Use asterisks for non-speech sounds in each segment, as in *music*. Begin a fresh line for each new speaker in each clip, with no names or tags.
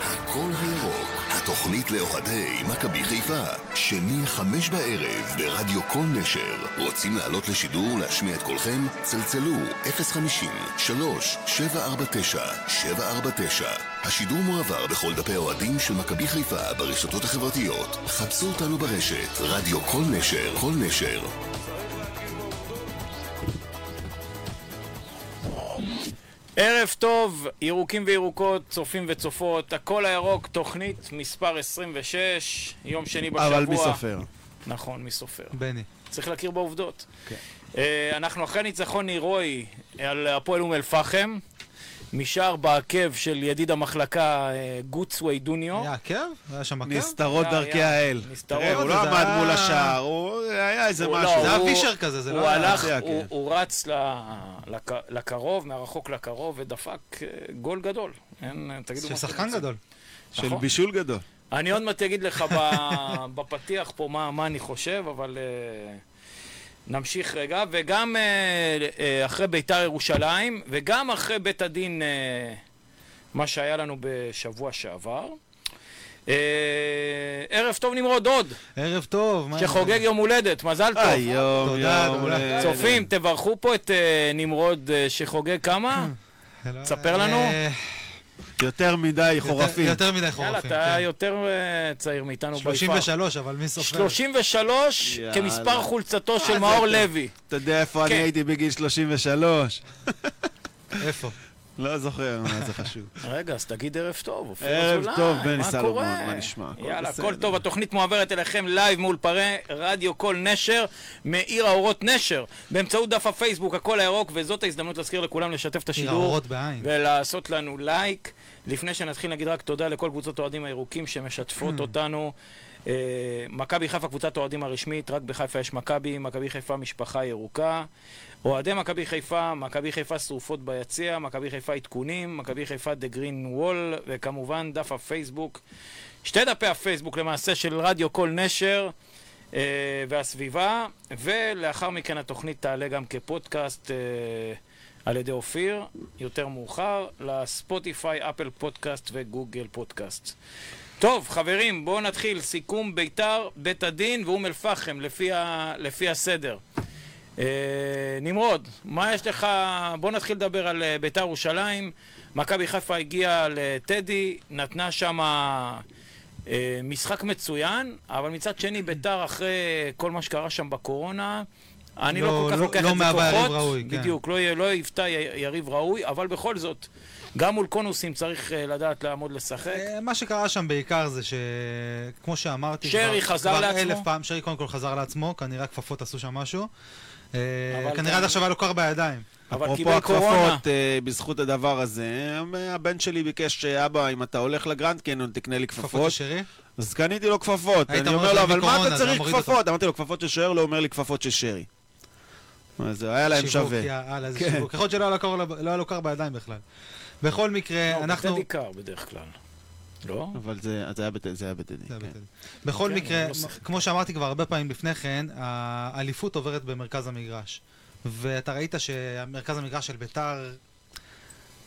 הקול הירוק, התוכנית לאוהדי מכבי חיפה, שני חמש בערב ברדיו כל נשר. רוצים לעלות לשידור להשמיע את קולכם? צלצלו 050-3-749-749. השידור מועבר בכל דפי האוהדים של מכבי חיפה ברשתות החברתיות. חפשו אותנו ברשת, רדיו כל נשר, כל נשר.
ערב טוב, ירוקים וירוקות, צופים וצופות, הכל הירוק, תוכנית מספר 26, יום שני בשבוע.
אבל מי סופר?
נכון, מי סופר.
בני.
צריך להכיר בעובדות.
כן.
אה, אנחנו אחרי ניצחון הירואי על הפועל אום אל-פחם, משער בעקב של ידיד המחלקה אה, גוטסווי דוניו.
היה עקב? היה שם עקב?
נסתרות
היה,
דרכי
היה.
האל.
נסתרות.
תראה, הוא לא
זה
עמד
היה-
מול השער, הוא היה איזה
הוא- לא,
משהו.
זה היה
הוא-
פישר כזה, זה לא
הוא
היה-
הלך,
זה היה
הוא-
כן.
הוא רץ ל- לק- לקרוב, מהרחוק לקרוב, ודפק אה, גול גדול. אין, אה, תגידו מה
של
שאתם
שחקן
רוצים.
גדול.
של
נכון.
בישול גדול.
אני עוד מעט אגיד לך ב- *laughs* בפתיח פה מה, מה אני חושב, אבל uh, נמשיך רגע. וגם uh, uh, אחרי ביתר ירושלים, וגם אחרי בית הדין, uh, מה שהיה לנו בשבוע שעבר. Uh, ערב טוב נמרוד עוד,
ערב טוב. מה-
שחוגג יום הולדת, מזל טוב.
היי, יום,
תודה,
יום.
תודה.
אה,
צופים, תברכו פה את אה, נמרוד אה, שחוגג כמה?
לא,
תספר
אה,
לנו.
אה,
יותר מדי
יותר-
חורפים.
יותר מדי
יאללה,
חורפים.
אתה
כן.
יותר אה, צעיר מאיתנו ביפה.
33, אבל מי סופר?
33
יאללה.
כמספר חולצתו של
זה
מאור
יותר?
לוי.
אתה יודע איפה אני
כן.
הייתי בגיל 33?
איפה?
לא זוכר מה זה חשוב.
רגע, אז תגיד ערב טוב, אופיר
ערב
אזולאי,
טוב, בני
מה
סלומון,
קורה?
מה נשמע? הכל
יאללה,
בסדר.
הכל טוב, התוכנית מועברת אליכם לייב מול פרי רדיו כל נשר, מעיר האורות נשר, באמצעות דף הפייסבוק, הכל הירוק, וזאת ההזדמנות להזכיר לכולם לשתף את
שיר
השידור,
האורות בעין.
ולעשות לנו לייק. לפני שנתחיל נגיד רק תודה לכל קבוצות האוהדים הירוקים שמשתפות אותנו. אה, מכבי חיפה קבוצת האוהדים הרשמית, רק בחיפה יש מכבי, מכבי חיפה משפחה ירוקה. אוהדי מכבי חיפה, מכבי חיפה שרופות ביציע, מכבי חיפה עדכונים, מכבי חיפה דה גרין וול, וכמובן דף הפייסבוק, שתי דפי הפייסבוק למעשה של רדיו כל נשר. אה, והסביבה, ולאחר מכן התוכנית תעלה גם כפודקאסט אה, על ידי אופיר, יותר מאוחר, לספוטיפיי, אפל פודקאסט וגוגל פודקאסט. טוב, חברים, בואו נתחיל. סיכום ביתר, בית הדין ואום אל-פחם, לפי, ה... לפי הסדר. אה, נמרוד, מה יש לך? בוא נתחיל לדבר על אה, ביתר ירושלים. מכבי חיפה הגיעה לטדי, נתנה שם אה, משחק מצוין, אבל מצד שני ביתר אחרי כל מה שקרה שם בקורונה, אני לא,
לא-
כל כך
לא-
לוקח
לא
את זה
מהווה יריב
כוחות.
ראוי, כן.
בדיוק, לא, יהיה- לא היוותה י- יריב ראוי, אבל בכל זאת, גם מול קונוסים צריך אה, לדעת לעמוד לשחק.
אה, מה שקרה שם בעיקר זה שכמו שאמרתי,
שרי
כבר-
חזר לעצמו?
כבר אלף פעם, שרי קודם כל חזר לעצמו, כנראה כפפות עשו שם משהו. אה,
אבל
כנראה
גם-
עד עכשיו היה לו קר בידיים.
*laughs* אבל
אפרופו
קיבל קורונה.
הכפפות, אה, בזכות הדבר הזה, אה, הבן שלי ביקש, אבא, אם אתה הולך לגרנד קניון, תקנה לי
כפפות
כפפות.
שרי.
אז קניתי לו לא כפפות.
היית
אני
אמור
אומר לו,
להביא
אבל מה
קורונה,
אתה
זה
צריך
מוריד אותך."
כפפות? אמרתי לו, כפפות של שוער, לא אומר לי כפפות של שרי. אז זה היה להם
שיווק,
שווה.
יאללה, זה
כן.
שיווק. יכול להיות שלא היה לו קר לב- לא היה לו קר בידיים בכלל. בכל מקרה,
לא,
אה, אנחנו...
בטדי קר בדרך כלל. לא?
אבל זה זה היה בטדי, זה היה בטדי.
זה היה
כן.
בטדי. בכל
כן,
מקרה,
לא שיחק.
כמו שאמרתי כבר הרבה פעמים לפני כן, האליפות עוברת במרכז המגרש. ואתה ראית שמרכז המגרש של ביתר,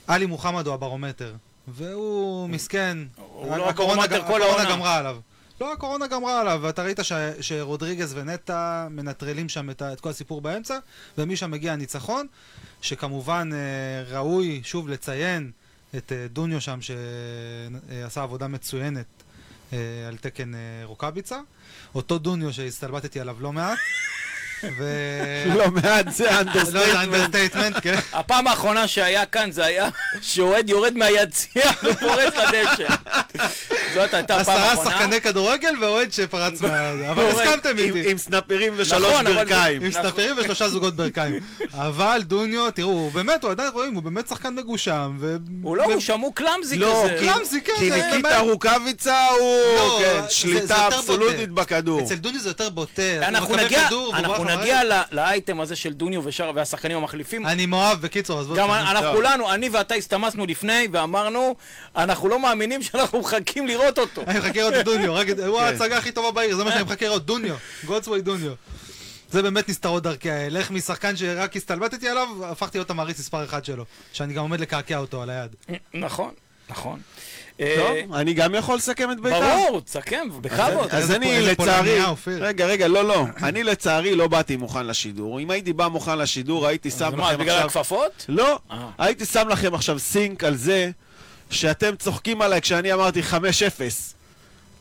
עלי מוחמד הוא הברומטר. והוא מסכן,
הוא לא
הקורונה
הברומטר
גם-
כל העונה.
הקורונה גמרה עליו. לא, הקורונה גמרה עליו, ואתה ראית ש- שרודריגז ונטע מנטרלים שם את ה- את כל הסיפור באמצע, ומשם מגיע הניצחון, שכמובן אה, ראוי שוב לציין את אה, דוניו שם, שעשה עבודה מצוינת אה, על תקן אה, רוקאביצה. אותו דוניו שהסתלבטתי עליו לא מעט. ו...
*laughs*
לא מעט זה
לא, זה
אנדרסטייטמנט.
אנדרסטייטמנט, כן.
הפעם האחרונה שהיה כאן זה היה *laughs* שאוהד יורד מהיציע *laughs* ופורץ לדשא. זאת הייתה הפעם
עשרה
האחרונה. לא.
שחקני כדורגל ואוהד שפרץ מה... אבל
ואוהד
הסכמתם
עם-
איתי.
עם סנאפרים ושלוש
נכון, אבל זה-
ברכיים.
עם סנפרים
נכון.
ושלושה זוגות ברכיים. אבל דוניו, תראו, הוא באמת, הוא עדיין רואים, הוא באמת שחקן מגושם. ו-
הוא לא,
ו-
הוא שמעו קלאמזי כזה.
לא,
כי- קלאמזי, כן,
כי
זה-
ניקיטה
זה-
רוקאביצה הוא
לא,
כן,
זה- זה
שליטה
יותר
אבסולוטית
בוטה.
בכדור.
אצל דוניו זה יותר בוטה. אז הוא
אנחנו
מקבל
נגיע-
כדור, והוא
אנחנו
בורח
נגיע
לרגל.
ל- לאייטם הזה של דוניו ושאר והשחקנים המחליפים.
אני מאוהב, בקיצור, עזבו
גם
אתכם.
אנחנו
טוב.
כולנו, אני ואתה הסתמסנו לפני ואמרנו, אנחנו לא מאמינים שאנחנו מחכים לראות
*laughs*
אותו.
אני מחכה לראות את דוניו, רק את-
כן.
הוא ההצגה הכי טובה בעיר, זה מה
אה.
שאני מחכה לראות, דוניו, גולדסווי דוניו. זה באמת נסתרות דרכי האל, איך משחקן שרק הסתלבטתי עליו, הפכתי להיות המעריץ מספר אחד שלו, שאני גם עומד לקעקע אותו על היד.
נכון, נכון. אה,
טוב, אני גם יכול לסכם את בית"ר?
ברור, תסכם, בכבוד.
אז
אז אני
איזה פולניה,
לצערי,
אופיר.
רגע, רגע, לא, לא. אני לצערי לא באתי מוכן לשידור. אם הייתי בא מוכן לשידור, הייתי שם
אז
לכם
מה,
עכשיו...
בגלל הכפפות?
לא,
אה.
הייתי שם לכם עכשיו סינק על זה שאתם צוחקים עליי כשאני אמרתי 5-0.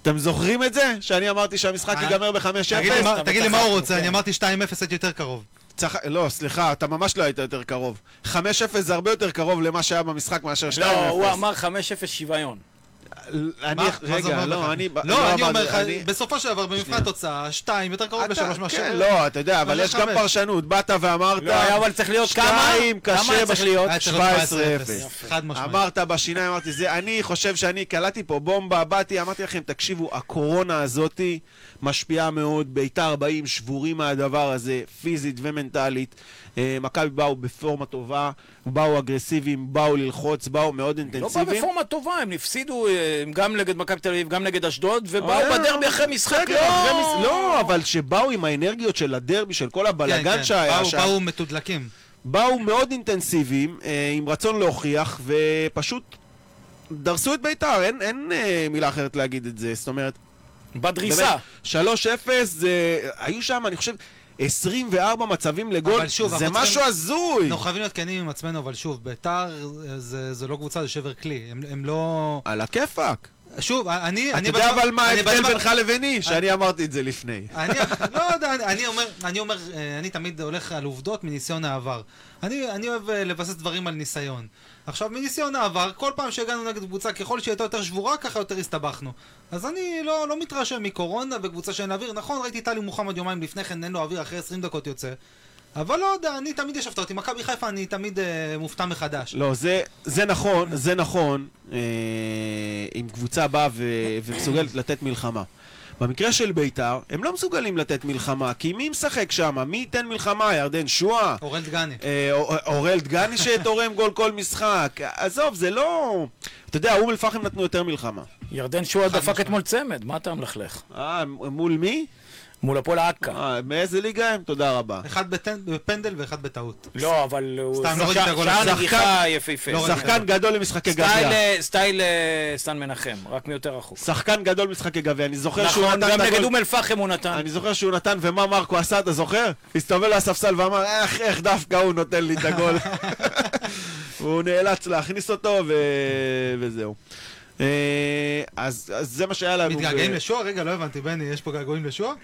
אתם זוכרים את זה? שאני אמרתי שהמשחק
אה?
ייגמר ב-5-0?
תגיד לי מה-
אתה
תגיד לי מה הוא
בטח-
רוצה,
כן.
אני אמרתי 2-0 הייתי יותר קרוב.
צח... לא, סליחה, אתה ממש לא היית יותר קרוב. 5-0 זה הרבה יותר קרוב למה שהיה במשחק מאשר 2-0.
לא, הוא אמר 5-0 שוויון.
אני...
מה- מה זה
רגע,
אומר לך?
לא, אני...
לא, אני אומר
אמרתי-
לך,
אני-
בסופו של דבר, במבחן
שנייה.
התוצאה, 2 יותר קרוב
אתה-
ב-3 מאשר...
כן, לא, אתה יודע, אבל
מה
יש
זה
גם
חמש?
פרשנות. באת ואמרת...
לא, היה, אבל צריך להיות כמה?
שתיים
כמה
קשה
היה צריך להיות?
היה צריך להיות
17-0.
חד משמעית.
אמרת בשיניים, אמרתי, זה, אני חושב שאני קלעתי פה בומבה, באתי, אמרתי לכם, תקשיבו, הקורונה הזאתי משפיעה מאוד, ביתר באים שבורים מהדבר הזה, פיזית ומנטלית. אה, מכבי באו בפורמה טובה, באו אגרסיביים, באו ללחוץ, באו מאוד
לא באו
אינטנסיביים.
בפורמה טובה, הם הפסידו אה, הם גם נגד מכבי תל אביב, גם נגד אשדוד, ובאו
אה,
בדרבי אחרי משחק,
בסדר,
לא!
אחרי מס- לא, אבל שבאו עם האנרגיות של הדרבי, של כל
כן,
הבלגן
כן,
שהיה
באו-
שם.
באו מתודלקים.
באו מאוד אינטנסיביים, אה, עם רצון להוכיח, ופשוט דרסו את ביתר, אין, אין אה, מילה אחרת להגיד את זה. זאת אומרת,
בדריסה.
3-0, זה... היו שם, אני חושב, 24 מצבים לגול,
אבל שוב,
זה
אנחנו
משהו
צריכים-
הזוי.
אנחנו חייבים להיות כנים עם עצמנו, אבל שוב, ביתר זה- זה לא קבוצה, זה שבר כלי. הם- הם לא...
על הכיפאק.
שוב, אני...
אתה
אני
יודע
בטוח-
אבל מה
אני
ההבדל
בטוח-
בינך לביני? שאני אמרתי את זה לפני.
אני, לא יודע, אני- אני אומר, אני אומר, אה, אני תמיד הולך על עובדות מניסיון העבר. אני, אני אוהב אה, לבסס דברים על ניסיון. עכשיו, מניסיון העבר, כל פעם שהגענו נגד קבוצה, ככל שהיא הייתה יותר שבורה, ככה יותר הסתבכנו. אז אני לא, לא מתרשם מקורונה וקבוצה שאין לה אוויר. נכון, ראיתי טלי מוחמד יומיים לפני כן, אין לו אוויר, אחרי 20 דקות יוצא. אבל לא יודע, אני תמיד ישבת אותי. מכבי חיפה, אני תמיד אה, מופתע מחדש.
לא, זה, זה נכון, זה נכון אה, אם קבוצה באה ו, ומסוגלת לתת מלחמה. במקרה של ביתר, הם לא מסוגלים לתת מלחמה, כי מי משחק שם? מי ייתן מלחמה? ירדן שואה?
אורן דגני.
אה, אור- אוראל דגני שתורם גול כל משחק? עזוב, זה לא... אתה יודע, אום אל-פחם נתנו יותר מלחמה.
ירדן שועה
חד
דפק
משמעית.
אתמול צמד, מה אתה מלכלך?
אה, מ- מול מי?
מול הפועל עכא.
אה, מאיזה ליגה הם? תודה רבה.
אחד בטנ- בפנדל ואחד בטעות.
אה,
לא, אבל הוא...
סתם, לא ראיתי את
שע-
הגול.
שער
שחקן-
נגיחה יפהפה.
לא ראיתי.
שחקן גדול למשחקי
סטייל,
גביע.
אה, סטייל אה, סטן מנחם, רק מיותר רחוק.
שחקן גדול משחקי גביע. אני זוכר שהוא
נכון,
נתן
גם
את
נגד
הגול
אום אל-פחם הוא נתן.
אני זוכר שהוא נתן, ומה מרקו עשה, אתה זוכר? הסתובב לספסל ואמר, איך, איך דווקא הוא נותן לי את
*laughs*
הגול. הוא נאלץ להכניס אותו, ו... וזהו. אה, אז, אז זה מה שהיה לנו.
מתגעגעים
ב-
לשועה? רגע, לא הבנתי, בני, יש פה געגועים לשועה?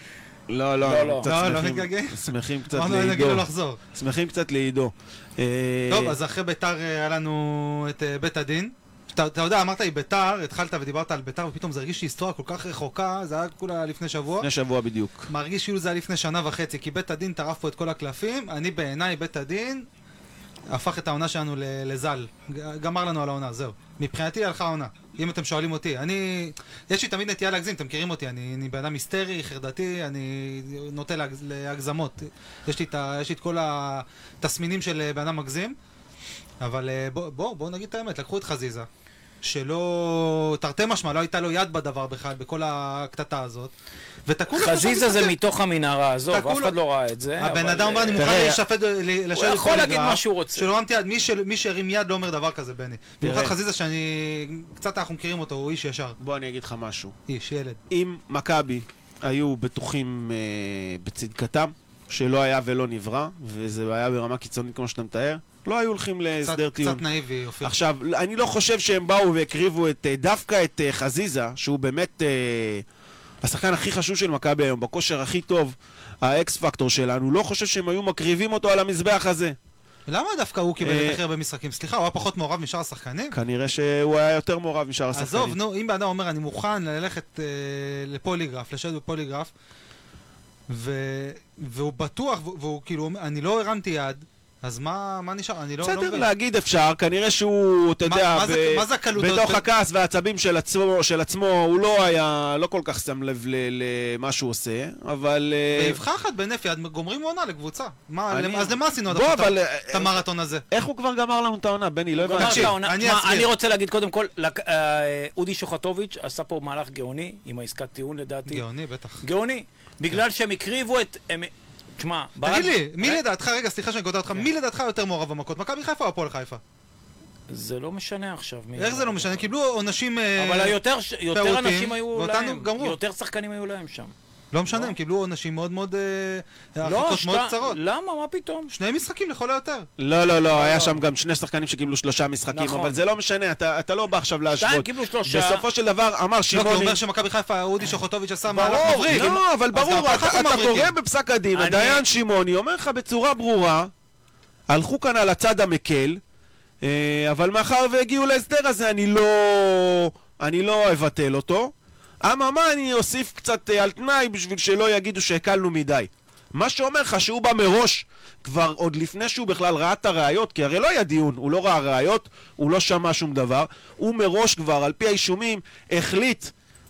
לא, לא,
לא,
אנחנו
לא.
קצת
לא, לא
שמחים-
מתגעגעים.
שמחים קצת
*laughs* אמרנו, לא נגיד לו
לעידו.
לחזור.
שמחים קצת לעידו. אה,
טוב, אז אחרי ביתר אה, היה לנו את אה, בית הדין. אתה אתה יודע, אמרת לי ביתר, התחלת ודיברת על ביתר, ופתאום זה הרגיש לי היסטוריה כל כך רחוקה, זה היה כולה לפני שבוע.
לפני שבוע בדיוק.
מרגיש כאילו זה היה לפני שנה וחצי, כי בית הדין טרף פה את כל הקלפים, אני בעיניי בית הדין הפך את העונה שלנו ל- לזל. ג- גמר לנו על העונה, זהו. מבחינתי הלכה העונה, אם אתם שואלים אותי. אני, יש לי תמיד נטייה להגזים, אתם מכירים אותי, אני, אני בן אדם היסטרי, חרדתי, אני נוטה להגז, להגזמות. יש לי, את, ה- יש לי את כל התסמינים של אה, בן אדם מגזים, אבל אה, בוא- בואו בוא נגיד את האמת, לקחו את חזיזה. שלא, תרתי משמע, לא הייתה לו יד בדבר בכלל, בכל הקטטה הזאת. ותקעו לו את
חזיזה זה
המשחק.
מתוך המנהרה, עזוב,
תקעו
אף
לו-
אחד לא ראה את זה.
הבן
אבל,
אדם אומר,
אה,
אני מוכן
תראה,
להישפט, ל- לשבת
יכול
בכל
להגיד
גרף,
מה שהוא רוצה.
שלא אמתי יד, מי של- מי שהרים יד לא אומר דבר כזה, בני. במיוחד
תראה.
חזיזה שאני, קצת אנחנו מכירים אותו, הוא איש ישר.
בוא אני אגיד לך משהו.
איש, ילד.
אם מכבי היו בטוחים אה, בצדקתם, שלא היה ולא נברא, וזה היה ברמה קיצונית כמו שאתה מתאר, לא היו הולכים
קצת-
להסדר טיעון.
קצת נאיבי, אופיר.
עכשיו, אני לא חושב שהם באו והקריבו את, אה, דווקא את אה, חזיזה, שהוא באמת אה, השחקן הכי חשוב של מכבי היום, בכושר הכי טוב, האקס פקטור שלנו, לא חושב שהם היו מקריבים אותו על המזבח הזה.
למה דווקא הוא קיבל
אה,
את הכי הרבה משחקים? סליחה, הוא היה פחות מעורב משאר השחקנים?
כנראה שהוא היה יותר מעורב משאר השחקנים.
עזוב, נו, אם בן אדם אומר, אני מוכן ללכת אה, לפוליגרף, לשבת בפוליגרף, ו- והוא בטוח, והוא- והוא כאילו, אומר, אני לא הרמתי יד, אז מה מה נשאר? אני לא לא
בסדר,
מבין.
להגיד אפשר, כנראה שהוא, אתה
מה-
יודע,
מה זה-
ב-
מה זה הקלות הזאת?
בתוך הכעס והעצבים של עצמו, של עצמו, הוא לא היה, לא כל כך שם לב ל- למה שהוא עושה, אבל... אה,
באבחה אחת בהינף יד גומרים עונה לקבוצה. מה,
אני-
אז למה עשינו עד
בוא,
עכשיו את ה-
אבל... אה,
את המרתון הזה?
איך הוא כבר גמר לנו את העונה, בני? לא
גמר
הבנתי.
את העונה.
אני
מה,
אסביר.
אני רוצה להגיד קודם כל, לק- אה, אודי שוחטוביץ' עשה פה מהלך גאוני, עם העסקת טיעון לדעתי.
גאוני, בטח.
גאוני. בגלל שהם הקריבו את... הם- תשמע, ברק... אה,
כן.
תגיד לי, מי לדעתך, רגע, סליחה שאני קוטע אותך, מי לדעתך יותר מעורב במכות? מכבי חיפה או הפועל חיפה?
זה לא משנה עכשיו. מי-
איך זה לא משנה? קיבלו עונשים... אה,
אבל היותר ש- יותר
פירוטים,
אנשים היו
ואותנו
להם,
גמרו.
יותר שחקנים היו להם שם.
לא משנה, הם קיבלו עונשים מאוד מאוד... אה,
לא,
הרחקות מאוד
שת-
קצרות.
למה? מה פתאום?
שני משחקים לכל היותר.
לא, לא, לא, היה
לא.
שם גם שני שחקנים שקיבלו שלושה משחקים,
נכון.
אבל זה לא משנה, אתה אתה לא בא עכשיו
שתיים
להשוות.
קיבלו שלושה.
בסופו של דבר, אמר
לא, כי הוא
שמעוני... אה.
אומר שמכבי חיפה, אודי שוחוטוביץ' עשה מהלך
ברור,
מבריק.
לא, אבל
אז גם
ברור,
ככה
אתה
הוא
אתה
מבריק.
קורא בפסק הדין,
אני-
הדיין שמעוני אומר לך בצורה ברורה, הלכו כאן על הצד המקל, אה, אבל מאחר והגיעו להסדר הזה, אני לא... אני לא אבטל אותו. אממה, אני אוסיף קצת אה, על תנאי בשביל שלא יגידו שהקלנו מדי. מה שאומר לך שהוא בא מראש, כבר עוד לפני שהוא בכלל ראה את הראיות, כי הרי לא היה דיון, הוא לא ראה ראיות, הוא לא שמע שום דבר, הוא מראש כבר, על פי האישומים, החליט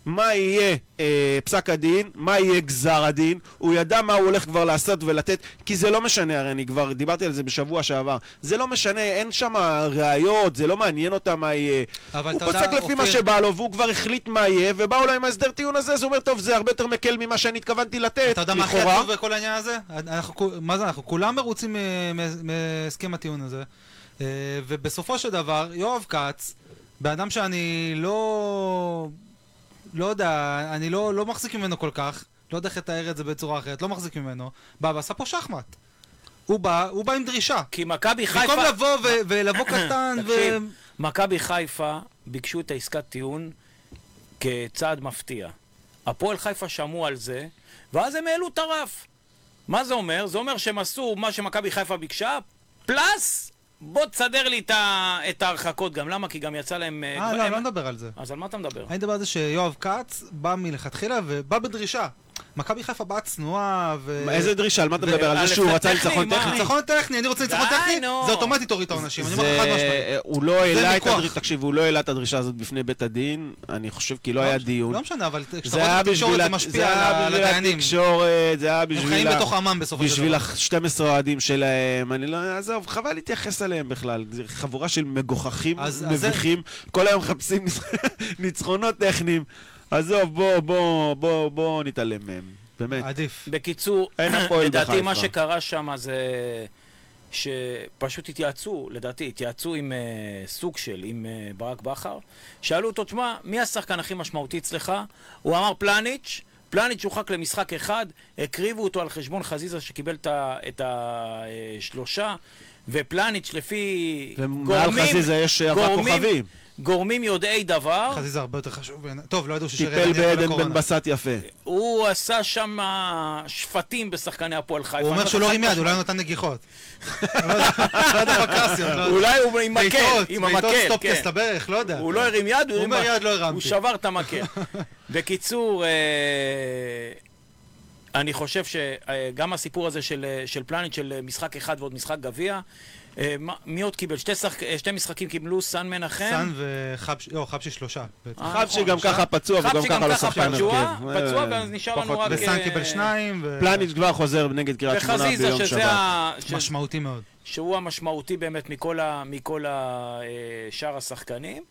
מה יהיה אה, פסק הדין, מה יהיה גזר הדין, הוא ידע מה הוא הולך כבר לעשות ולתת, כי זה לא משנה, הרי אני כבר דיברתי על זה בשבוע שעבר, זה לא משנה, אין שם ראיות, זה לא מעניין אותם מה יהיה.
אבל
הוא
אתה יודע,
פסק לפי מה
אופיר-
שבא לו, והוא כבר החליט מה יהיה, ובאו לו עם ההסדר טיעון הזה, אז הוא אומר, טוב, זה הרבה יותר מקל ממה שאני התכוונתי לתת,
אתה יודע מה הכי
לכאורה."
עצוב בכל העניין הזה? אנחנו, כו- מה זה אנחנו? כולם מרוצים מ- מ- מהסכם הטיעון הזה. אה, ובסופו של דבר, יואב כץ, בן אדם שאני לא... לא יודע, אני לא, לא מחזיק ממנו כל כך, לא יודע איך לתאר את זה בצורה אחרת, לא מחזיק ממנו, בא ועשה פה שחמט. הוא בא, הוא בא עם דרישה.
כי מכבי חיפה...
במקום לבוא ו-
*coughs*
ולבוא קטן ו...
תקשיב, מכבי חיפה ביקשו את העסקת טיעון כצעד מפתיע. הפועל חיפה שמעו על זה, ואז הם העלו את הרף. מה זה אומר? זה אומר שהם עשו מה שמכבי חיפה ביקשה, פלאס, בוא תסדר לי את ה- את ההרחקות גם. למה? כי גם יצא להם...
אה,
כבר-
לא,
הם-
לא נדבר על זה.
אז על מה אתה מדבר?
אני מדבר על זה שיואב כץ בא מלכתחילה ובא בדרישה. מכבי חיפה באה צנועה ו...
מה, איזה דרישה? על מה אתה
ו-
מדבר? על
על
זה שהוא
הפסק
רצה
טכני,
ניצחון
מה?
טכני?
אה, ניצחון טכני, אני רוצה ניצחון
די,
טכני,
נו.
זה אוטומטית תוריד את העונשים, אני אומר לך חד משמעית.
זה... הוא לא העלה את
מכוח.
הדרישה, תקשיב, הוא לא העלה את הדרישה הזאת בפני בית הדין, אני חושב כי לא היה דיון.
לא משנה, אבל כשאתה
זה
רואה
היה
את התקשורת
בשביל
זה
ה- זה
משפיע
היה
על
בשביל
הדיינים.
התקשורת, זה היה
הם
בשביל...
חיים
ה-
בתוך עמם בסופו של
בשביל
דבר.
ה-12 אוהדים שלהם, אני לא... עזוב, חבל להתייחס אליהם בכלל. זו חבורה של מגוחכים,
אז- אז זה-
מביכים, כל היום מחפשים *laughs* ניצחונות טכניים. עזוב, בוא, בוא, בוא, בוא נתעלם מהם. באמת.
עדיף.
בקיצור, *coughs*
אין הפועל
לדעתי מה
בחיפה.
שקרה שם זה שפשוט התייעצו, לדעתי, התייעצו עם uh, סוג של, עם uh, ברק בכר. שאלו אותו, תשמע, מי השחקן הכי משמעותי אצלך? הוא אמר פלניץ', פלניץ' הורחק למשחק אחד, הקריבו אותו על חשבון חזיזה שקיבל את ה- את השלושה, ופלניץ' לפי
ומעל
גורמים,
חזיזה יש ארבעה
גורמים-
כוכבים.
גורמים יודעי דבר,
חזיזה הרבה יותר חשוב בעיניי. טוב, לא ידעו ששירי
טיפל
עניין
בעדן בן בסט יפה.
נכון,
הוא עשה שם שפטים בשחקנים הפועל חיפה.
הוא אומר
אני
שהוא לא
חד
הרים יד, אולי הוא נתן
*laughs*
נגיחות. לא יודע, לא יודע בקרסיות, לא יודע.
אולי הוא עם מקל,
בעיטות,
עם
בעיטות
המקל, כן.
סטופקס לברך, לא יודע.
הוא לא הרים יד, הוא
הוא
הרים...
אומר,
ה-
"יד לא הרמתי".
הוא שבר את
*laughs*
המקל. בקיצור, אה, אני חושב שגם הסיפור הזה של, אה, של פלנט, של אה, משחק אחד ועוד משחק גביע, אה, מה- מי עוד קיבל? שתי, שחק... אה, שתי משחקים קיבלו סן מנחם.
סאן וחבשי, לא, חבשי שלושה. בעצם.
אה,
חבשי
נכון,
גם
שם.
ככה פצוע וגם
חבשי
ככה לא שחקן
פצוע,
הרכב.
פצוע,
אה,
ואז נשר
פחות
לנו רק...
וסאן
אה,
קיבל שניים, ו-
פלניץ' כבר חוזר נגד קריית שמונה
וחזיזה,
ביום
שזה
שבת.
ה... שזה-
משמעותי מאוד.
שהוא המשמעותי באמת מכל, ה, מכל ה, אה, שאר השחקנים.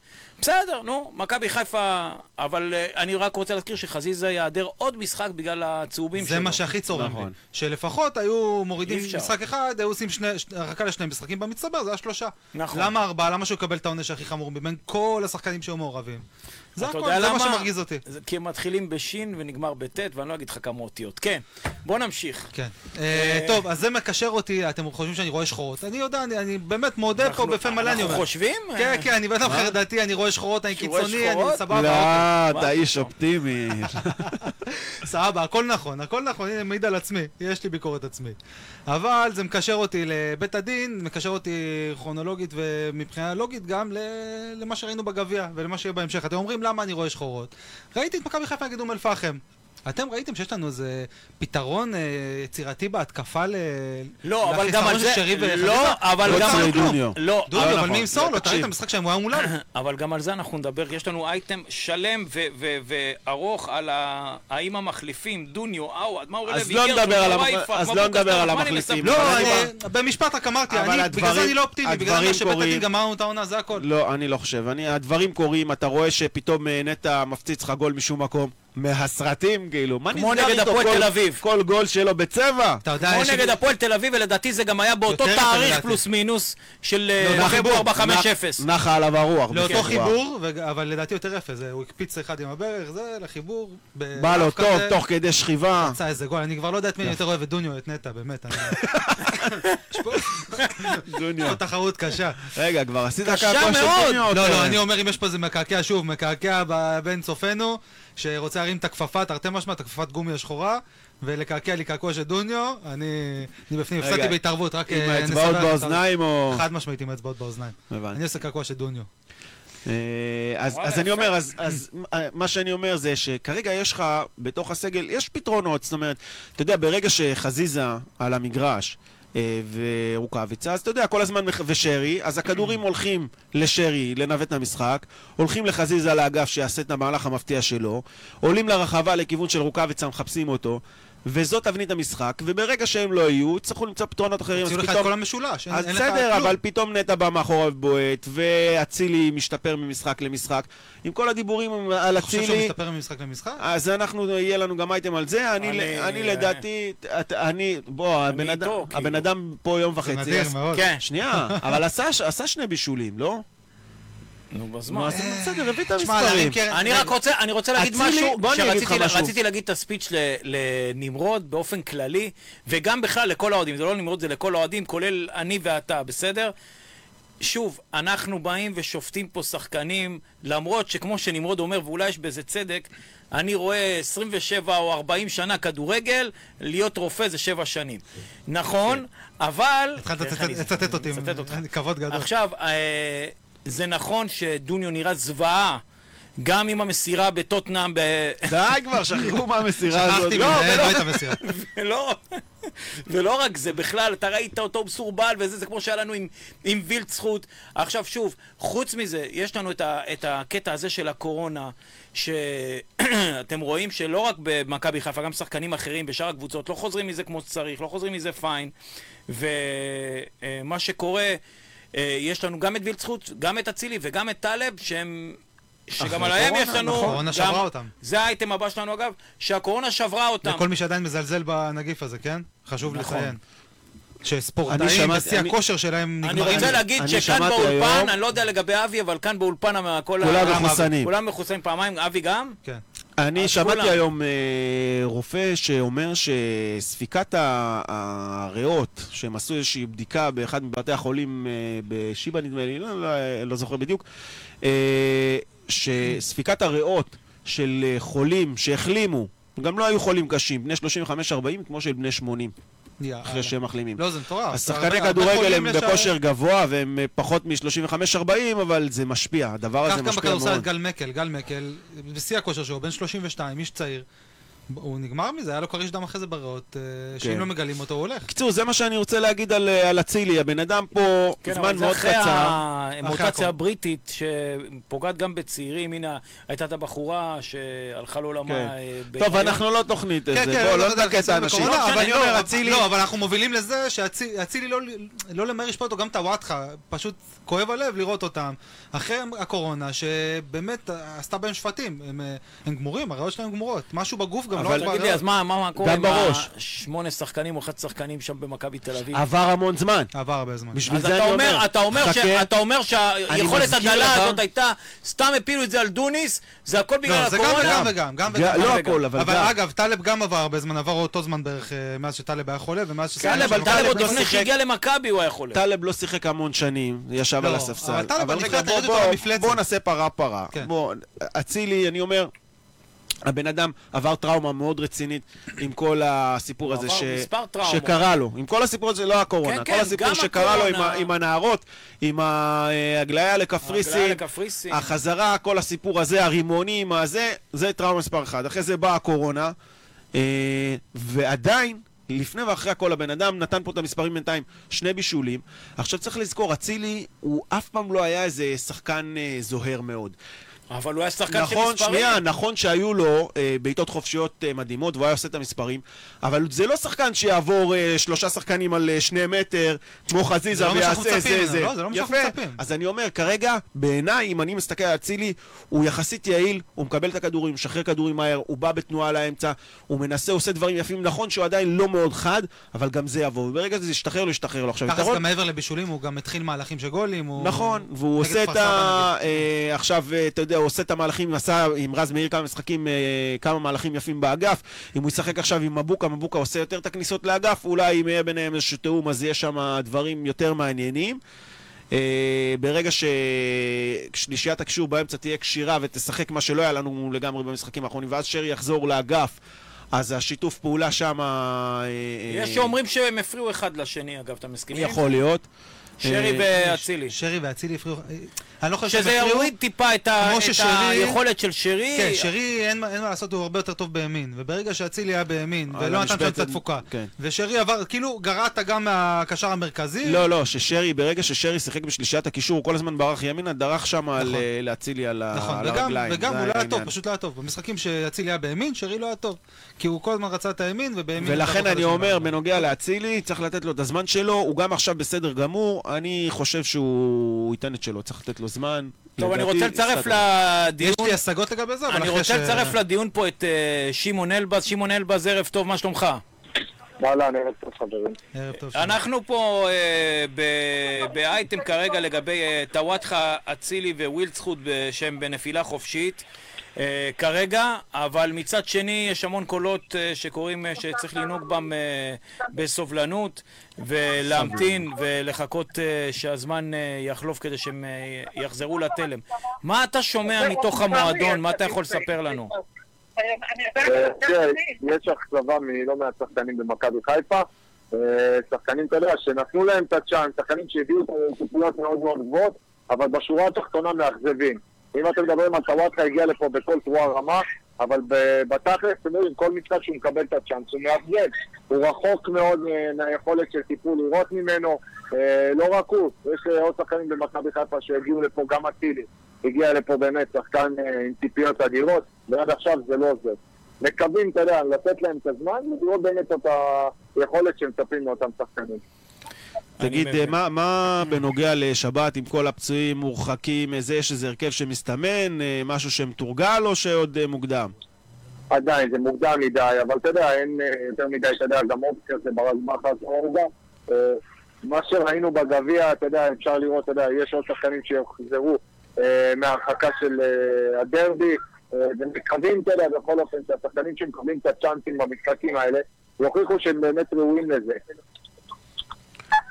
בסדר, נו, מכבי חיפה, אבל אה, אני רק רוצה להזכיר שחזיזה ייעדר עוד משחק בגלל הצהובים שלו.
זה מה שהכי צורם
נכון.
לי. שלפחות היו מורידים
אי אפשר.
משחק אחד, היו עושים שני- ש- הרחקה לשני משחקים במצטבר, זה היה שלושה.
נכון.
למה ארבעה? למה שהוא יקבל את העונש הכי חמור מבין כל השחקנים שהיו מעורבים?
אתה
זה הכל,
יודע
זה מה
למה?
שמרגיז אותי.
זה, כי הם מתחילים בשין ונגמר בטית, ואני לא אגיד לך כמה אותיות. כן, בוא נמשיך.
כן. אה, טוב, אז זה מקשר אותי, אתם חושבים שאני רואה שחורות. אני יודע, אני- אני באמת מודה פה
אנחנו-
בפה מלא, אני
אנחנו
אומר.
חושבים?
כן, כן, אני בן אדם חרדתי, אני רואה שחורות, אני
שהוא רואה
קיצוני, אני
שחורות?
סבבה. אוקיי.
לא, אתה
מה?
איש אופטימי.
*laughs* סבבה, הכל נכון, הכל נכון, הנה מעיד על עצמי, יש לי ביקורת עצמית. אבל זה מקשר אותי לבית הדין, מקשר אותי כרונולוגית ומבחינה לוגית גם ל- למה שראינו בגביע ולמה שיהיה בהמשך. אתם אומרים למה אני רואה שחורות? ראיתי את מכבי חיפה נגד אום אל-פחם. אתם ראיתם שיש לנו איזה פתרון אה, יצירתי בהתקפה ל...
לא, אבל גם
לחיסרון
על
של
זה...
שרי וחזיזה?
לא, אבל
לא
גם...
צריך
על-
דוניו.
לא,
דודו,
לא
אבל
נכון.
מי ימסור לו? אתה ראית
תקשיב.
את המשחק שהם, הוא
*laughs*
היה מולם.
*coughs* אבל גם על זה אנחנו נדבר, כי יש לנו אייטם שלם ו- ו- וארוך על ה- האם המחליפים, דוניו, עווד, מה עולה
אז לא נדבר על המח- אז לא נדבר על המחליפים. אבל
לא,
אני
אני- במשפט רק אמרתי,
אבל
אני- בגלל זה
הדברים-
אני לא אופטימי, בגלל
הדברים
מה שבית
קורים.
הדין גמרנו את העונה, זה הכל.
לא, אני לא חושב. אני- הדברים קורים, אתה רואה שפתאום אה, נטע מפציץ לך גול משום מקום. מהסרטים, כאילו. מה
כמו
נסגר
נגד
איתו?
הפועל
כל-
תל אביב.
כל גול שלו בצבע. אה,
אתה יודע,
כמו
יש...
נגד הפועל תל אביב, ולדעתי זה גם היה באותו
יותר
תאריך
לדעתי. לא,
פלוס מינוס של אה,
נח-
פברואר
נח-
ב-5-0.
נחה עליו הרוח.
לאותו
בסופו.
חיבור, וג- אבל לדעתי יותר יפה, זה- הוא הקפיץ אחד עם הברך, זה לחיבור. ב-
בא לו
אה, דווקא
טוב,
זה-
תוך כדי שכיבה.
יצא איזה גול, אני כבר לא יודע את מי אני יותר אוהב, את דוניו או את נטע, באמת. אני-
*laughs*
יש פה- יש פה *laughs* תחרות
*laughs*
קשה.
רגע, כבר עשית
קשה
קעקוע של
מאוד.
דוניו?
לא,
אוקיי.
לא, אני אומר אם יש פה איזה מקעקע, שוב, מקעקע ב- בין צופינו, שרוצה להרים את הכפפה, תרתי משמע, את הכפפת גומי השחורה, ולקעקע לי קעקוע של דוניו, אני אני בפנים,
רגע,
הפסדתי בהתערבות, רק...
עם
אה,
האצבעות
נסבר את
באוזניים או...
ה- חד משמעית עם האצבעות באוזניים.
הבנתי.
אני עושה קעקוע של דוניו.
אה, אז,
וואלה,
אז אני
יפה.
אומר, אז, אז אה, מה שאני אומר זה שכרגע יש לך בתוך הסגל, יש פתרונות, זאת אומרת, אתה יודע, ברגע שחזיזה על המגרש אה, ורוקאביצה, אז אתה יודע, כל הזמן, מח- ושרי, אז
*clears throat*
הכדורים הולכים לשרי לנווט את המשחק, הולכים לחזיזה לאגף שיעשה את המהלך המפתיע שלו, עולים לרחבה לכיוון של רוקאביצה, מחפשים אותו. וזאת תבנית המשחק, וברגע שהם לא יהיו, יצטרכו למצוא פתרונות אחרים. אז
הוציאו לך את
פתאום-
כל המשולש, כן, אין
אז
אין לך
בסדר,
כלום.
אבל פתאום נטע בא מאחוריו בועט, ואצילי משתפר ממשחק למשחק. עם כל הדיבורים עם- על
אתה חושב שהוא
אצילי,
מסתפר ממשחק למשחק?
אז אנחנו, יהיה לנו גם אייטם על זה. אני-
אני-
אני
אה,
לדעתי, את- אני, בוא, הבן אדם-
איתו, כאילו.
הבן אדם פה יום
זה
וחצי.
נדיר
אז-
מאוד.
כן.
שנייה, אבל עשה- עשה שני בישולים, לא?
נו, אז
נו,
מה?
אז
אה.
בסדר, הביא את
תשמע, להרים
המספרים.
קרן-
אני רק רוצה, אני רוצה להגיד
אצילי,
משהו,
כן. בוא אני אגיד
שרציתי
לך
לה-
משהו.
רציתי להגיד את הספיץ' ל- לנמרוד באופן כללי, וגם בכלל לכל האוהדים, זה לא נמרוד, זה לכל האוהדים, כולל אני ואתה, בסדר? שוב, אנחנו באים ושופטים פה שחקנים, למרות שכמו שנמרוד אומר, ואולי יש בזה צדק, אני רואה 27 או 40 שנה כדורגל, להיות רופא זה 7 שנים.
כן.
נכון, אבל...
התחלת
איך
לצטט-
כן, אני-
לצטט אותי,
מצטט אותך.
כבוד גדול.
עכשיו, אה, זה נכון שדוניו נראה זוועה, גם עם המסירה בטוטנאם, ב...
די כבר, שכחו מהמסירה הזאת.
שכחתי
לא,
מזה,
ולא-
לא הייתה
*laughs*
מסירה.
ולא, ולא רק זה, בכלל, אתה ראית אותו מסורבל וזה, זה כמו שהיה לנו עם, עם וילד זכות. עכשיו שוב, חוץ מזה, יש לנו את, ה, את הקטע הזה של הקורונה, *clears throat* שאתם רואים שלא רק במכבי חיפה, גם שחקנים אחרים בשאר הקבוצות לא חוזרים מזה כמו שצריך, לא חוזרים מזה פיין. ומה שקורה, אה, יש לנו גם את וילד זכות, גם את אצילי וגם את טלב, שהם... שגם
אחרי
עליהם יש
קורונה,
לנו...
נכון. הקורונה שברה
גם-
אותם.
זה האייטם הבא שלנו אגב, שהקורונה שברה אותם.
לכל מי שעדיין מזלזל בנגיף הזה, כן? חשוב
נכון.
לציין.
אני
שספורטאים
שמעתי-
בשיא
אני-
הכושר שלהם
אני
נגמרים.
רוצה להגיד
אני
שכאן
שמעתי
באולפן,
היום-
אני לא יודע לגבי אבי, אבל כאן באולפן המ- כל ה-
כולם
גם אבי.
מחוסנים.
כולם מחוסנים פעמיים, אבי גם?
כן.
אני
אז
שמעתי
כולם.
היום אה, רופא שאומר שספיקת ה- הריאות, שהם עשו איזושהי בדיקה באחד מבתי החולים אה, בשיבא נדמה לי, לא, לא, לא זוכר בדיוק, אה, שספיקת הריאות של אה, חולים שהחלימו, גם לא היו חולים קשים, בני 35-40 כמו של בני 80
יאללה.
אחרי שהם מחלימים.
לא, זה מטורף.
אז
הרבה-
שחקני
הרבה
כדורגל
חולים
הם
לשער.
בכושר גבוה והם אה, פחות מ-35-40, אבל זה משפיע, הדבר
כך
הזה
גם
משפיע
בכדורסל את
מאוד.
גל מקל. גל מקל, בשיא הכושר שלו, בן 32, איש צעיר. הוא נגמר מזה, היה לו כריש דם אחרי זה בריאות, אה, שאם
כן.
לא מגלים אותו, הוא הולך.
בקיצור, זה מה שאני רוצה להגיד על אה, על אצילי. הבן אדם פה
כן,
זמן
אבל זה
מאוד
אחרי
קצר.
אחרי
המוטציה
הכל.
הבריטית שפוגעת גם בצעירים, הנה הייתה את הבחורה שהלכה לעולמה.
כן.
אה,
טוב,
בהיריון.
אנחנו לא תוכנית את
כן,
זה.
כן,
בואו,
לא,
לא
אתה יודע,
נדכא את
זה
האנשים.
בקורונה,
לא משנה,
אבל
אני אומר,
לא,
אצילי...
לא, אבל אנחנו מובילים לזה שאצילי לא, לא למהר לשפוט אותו, גם את הוואטחה, פשוט כואב הלב לראות אותם. אחרי הקורונה, שבאמת עשתה בהם שפטים, הם, אה, הם גמורים, הריאות שלהם גמורות. משהו בגוף גם,
אבל
לא רק
תגיד לי,
בריאות.
אז מה מה- מה קורה
גם
עם
בראש.
השמונה שחקנים או אחת שחקנים שם במכבי תל אביב?
עבר המון זמן.
עבר הרבה זמן.
בשביל
אז
זה
אתה
אני
אומר,
אומר,
אתה אומר, ש-
חכה.
אתה אומר שהיכולת
מזכיר
הדלה
לך-
הזאת הייתה, סתם הפילו את זה על דוניס, זה הכל בגלל
לא, זה גם
הקורונה.
וגם וגם, גם
ג-
וגם.
לא
וגם.
הכל, אבל
אבל
גם.
אגב, טלב גם עבר הרבה זמן, עבר אותו זמן בערך אה, מאז שטלב היה חולה ומאז ש...
טלב, כן, אבל
טלב
טלב עוד
לא
לפני
שיחק.
שהגיע למכבי הוא היה חולה.
טלב לא שיחק המון שנים, ישב
לא,
על הספסל.
אבל טלב
אבל
בנבחרת
רגע,
הראיתי
בוא-
אותו
בוא-
במפלצת.
בואו נעשה פרה-פרה.
כן.
בואו, אצילי, אני אומר... הבן אדם עבר טראומה מאוד רצינית עם כל הסיפור
הוא
הזה
עבר
ש...
מספר טראומות.
שקרה לו. עם כל הסיפור הזה, לא הקורונה.
כן,
כל
כן,
הסיפור
גם
שקרה לו עם, ה...
הקורונה.
עם הנערות, עם ההגליה לקפריסין.
ההגליה לקפריסין.
החזרה, כל הסיפור הזה, הרימונים, הזה, זה טראומה מספר אחת. אחרי זה באה הקורונה, אה, ועדיין, לפני ואחרי הכל, הבן אדם נתן פה את המספרים בינתיים, שני בישולים. עכשיו צריך לזכור, אצילי, הוא אף פעם לא היה איזה שחקן אה, זוהר מאוד.
אבל הוא היה שחקן של
נכון,
מספרים.
שנייה, נכון שהיו לו אה, בעיטות חופשיות אה, מדהימות והוא היה עושה את המספרים, אבל זה לא שחקן שיעבור אה, שלושה שחקנים על אה, שני מטר, כמו חזיזה
זה לא מה שאנחנו
ויעשה
מצפים
זה
ממנו,
זה.
לא, זה לא מה שאנחנו
יפה.
מצפים.
אז אני אומר, כרגע, בעיניי, אם אני מסתכל על אצילי, הוא יחסית יעיל, הוא מקבל את הכדורים, משחרר כדורים מהר, הוא בא בתנועה לאמצע, הוא מנסה, עושה דברים יפים. נכון שהוא עדיין לא מאוד חד, אבל גם זה יבוא. וברגע שזה ישתחרר לו, ישתחרר לו. עכשיו,
ככה זה
יתרון
גם מעבר לבישולים, הוא גם התחיל מהלכים של גולים. הוא-
נכון, והוא
נגד
עושה את
כפר
ה...
סבא,
אה, עכשיו, אה, אתה יודע, הוא עושה את המהלכים, עשה עם רז מאיר כמה משחקים, אה, כמה מהלכים יפים באגף. אם הוא ישחק עכשיו עם מבוקה, מבוקה עושה יותר את הכניסות לאגף, אולי אם יהיה ביניהם איזשהו תיאום, אז יהיה שם דברים יותר מעניינים. אה, ברגע ששלישיית הקישור באמצע תהיה כשירה ותשחק מה שלא היה לנו לגמרי במשחקים האחרונים, ואז שרי יחזור לאגף, אז השיתוף פעולה שם... אה,
יש
אה,
שאומרים שהם הפריעו אחד לשני, אגב, אתה מסכים?
יכול להיות.
שרי
אה,
ואצילי.
שרי ואצילי הפריעו... אני לא חושב
שזה
שהם הפריעו.
יוריד טיפה את ה-
כמו
את
ששרי-
היכולת של שרי.
כן, שרי, אין, מה- אין מה לעשות, הוא הרבה יותר טוב בימין. וברגע שאצילי היה בימין,
על
ולא נתן שם
המשבצת,
את התפוקה,
כן.
ושרי עבר, כאילו גרעת גם מהקשר המרכזי,
לא, לא, ששרי, ברגע ששרי שיחק בשלישיית הקישור, הוא כל הזמן ברח ימינה, דרך שם על
נכון.
אה, להצילי על ה-
נכון,
על
וגם,
הרגליים.
וגם
זה
הוא לא היה
העניין.
טוב, פשוט לא היה טוב. במשחקים שאצילי היה בימין, שרי לא היה טוב. כי הוא כל הזמן רצה את הימין, ובימין... הוא
ולכן
יותר
אני
חלש
אומר,
ממנו.
בנוגע לאצילי, צריך לתת לו את הזמן שלו, הוא גם עכשיו בסדר גמור, אני חושב שהוא ייתן את שלו, צריך לתת לו זמן.
טוב, אני
לדעתי,
רוצה לצרף
הסתדר.
לדיון.
יש לי השגות לגבי זה, אבל
אני
אחרי
רוצה לצרף לדיון פה את אה, שמעון אלבז. שמעון אלבז, ערב טוב, מה שלומך?
אהלן, ערב טוב חברים.
ערב טוב. שמעון.
אנחנו פה אה, ב- באייטם כרגע לגבי אה, טוואטחה, אצילי ווילדסחוט אה, שהם בנפילה חופשית אה, כרגע, אבל מצד שני יש המון קולות אה, שקוראים אה, שצריך לנהוג בם אה, בסובלנות ולהמתין ולחכות אה, שהזמן אה, יחלוף כדי שהם אה, יחזרו לתלם. מה אתה שומע מתוך המועדון? מה אתה יכול לספר לנו?
אה, תראה, יש אכזבה מלא מעט שחקנים במכבי חיפה. אה, שחקנים, אתה יודע, שנתנו להם את הצ'אנס, שחקנים שהביאו את הציפיות מאוד מאוד גבוהות, אבל בשורה התחתונה מאכזבים. אם אתם מדברים על טוואטחה, הגיע לפה בכל תרועה רמה, אבל ב- בתכלס, אתם יודעים, כל משחק שהוא מקבל את הצ'אנס הוא מאכזב. הוא רחוק מאוד אה, מהיכולת שטיפול לראות ממנו. אה, לא רק הוא, יש אה, עוד שחקנים במכבי חיפה שהגיעו לפה, גם אצילי. הגיע לפה באמת שחקן אה, עם ציפיות אדירות, ועד עכשיו זה לא עוזר. מקווים, אתה יודע, לתת להם את הזמן ולראות באמת את היכולת שמצפים מאותם שחקנים.
תגיד,
אני
אה, מה- מה בנוגע לשבת עם כל הפצועים, מורחקים, איזה, יש איזה הרכב שמסתמן, אה, משהו שמתורגל או שעוד אה, מוקדם?
עדיין, זה מוקדם מדי, אבל אתה יודע, אין אה, יותר מדי, אתה יודע, גם אופציות לברק מחץ אורדה. אה, מה שראינו בגביע, אתה יודע, אפשר לראות, אתה יודע, יש עוד שחקנים שיחזרו אה, מההרחקה של אה, הדרבי, אה, ומקווים, אתה יודע, בכל אופן, שהשחקנים שמקבלים את הצ'אנסים במשחקים האלה, יוכיחו שהם באמת ראויים לזה.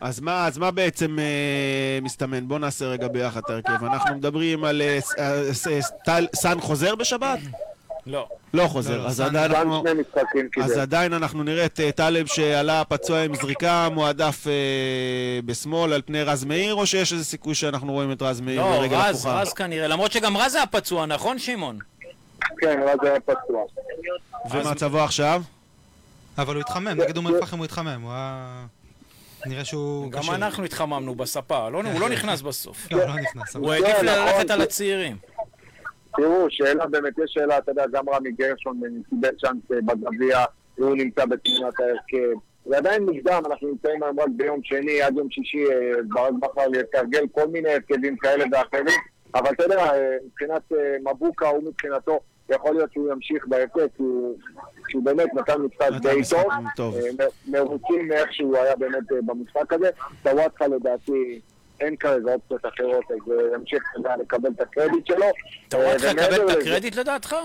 אז מה, אז מה בעצם אה, מסתמן? בוא נעשה רגע ביחד את ההרכב. אנחנו מדברים על אה, ס- אה, ס- אה, טל- סאן חוזר בשבת?
לא.
לא
לא,
חוזר.
לא,
אז
סאן-
עדיין
גם
אנחנו...
שני משחקים
אז
כזה.
עדיין אנחנו נראה את אה, טלב שעלה פצוע עם זריקה, מועדף אה, בשמאל על פני רז מאיר, או שיש איזה סיכוי שאנחנו רואים את רז מאיר
לא,
ברגל
רז,
הפוכה?
רז כנראה, למרות שגם רז היה פצוע, נכון שמעון?
כן, אבל זה היה פצוע.
ומצבו עכשיו?
אבל הוא התחמם, נגד אום אל-פחם הוא התחמם, הוא היה... נראה שהוא...
גם
קשה.
אנחנו התחממנו בספה, לא- הוא לא נכנס
*laughs*
בסוף.
לא, הוא לא נכנס. אבל-
הוא העדיף
נכון,
ללכת
כי-
על הצעירים.
תראו, שאלה באמת, יש שאלה, אתה יודע, גם רמי גרשון קיבל צ'אנס אה, בגביע, והוא נמצא בתמונת ההרכב. זה עדיין מוקדם, אנחנו נמצאים היום רק ביום שני, עד יום שישי, אה, ברק בחר לתרגל כל מיני הרכבים כאלה ואחרים, אבל אתה יודע, אה, מבחינת אה, מבוקה, הוא מבחינתו, יכול להיות שהוא ימשיך בהרכב, כי הוא- כי הוא באמת נתן משחק
נתן
די
משחק
טוב.
טוב.
אה, מ- מרוצים מאיך שהוא היה באמת אה, במשחק הזה. טוואטחה לדעתי... אין כרגע אופציות אחרות, אז אה, ימשיך אתה יודע, לקבל את הקרדיט שלו.
אתה רואה
אה,
אותך
ומעבר
לקבל את
לזה-
הקרדיט לדעתך?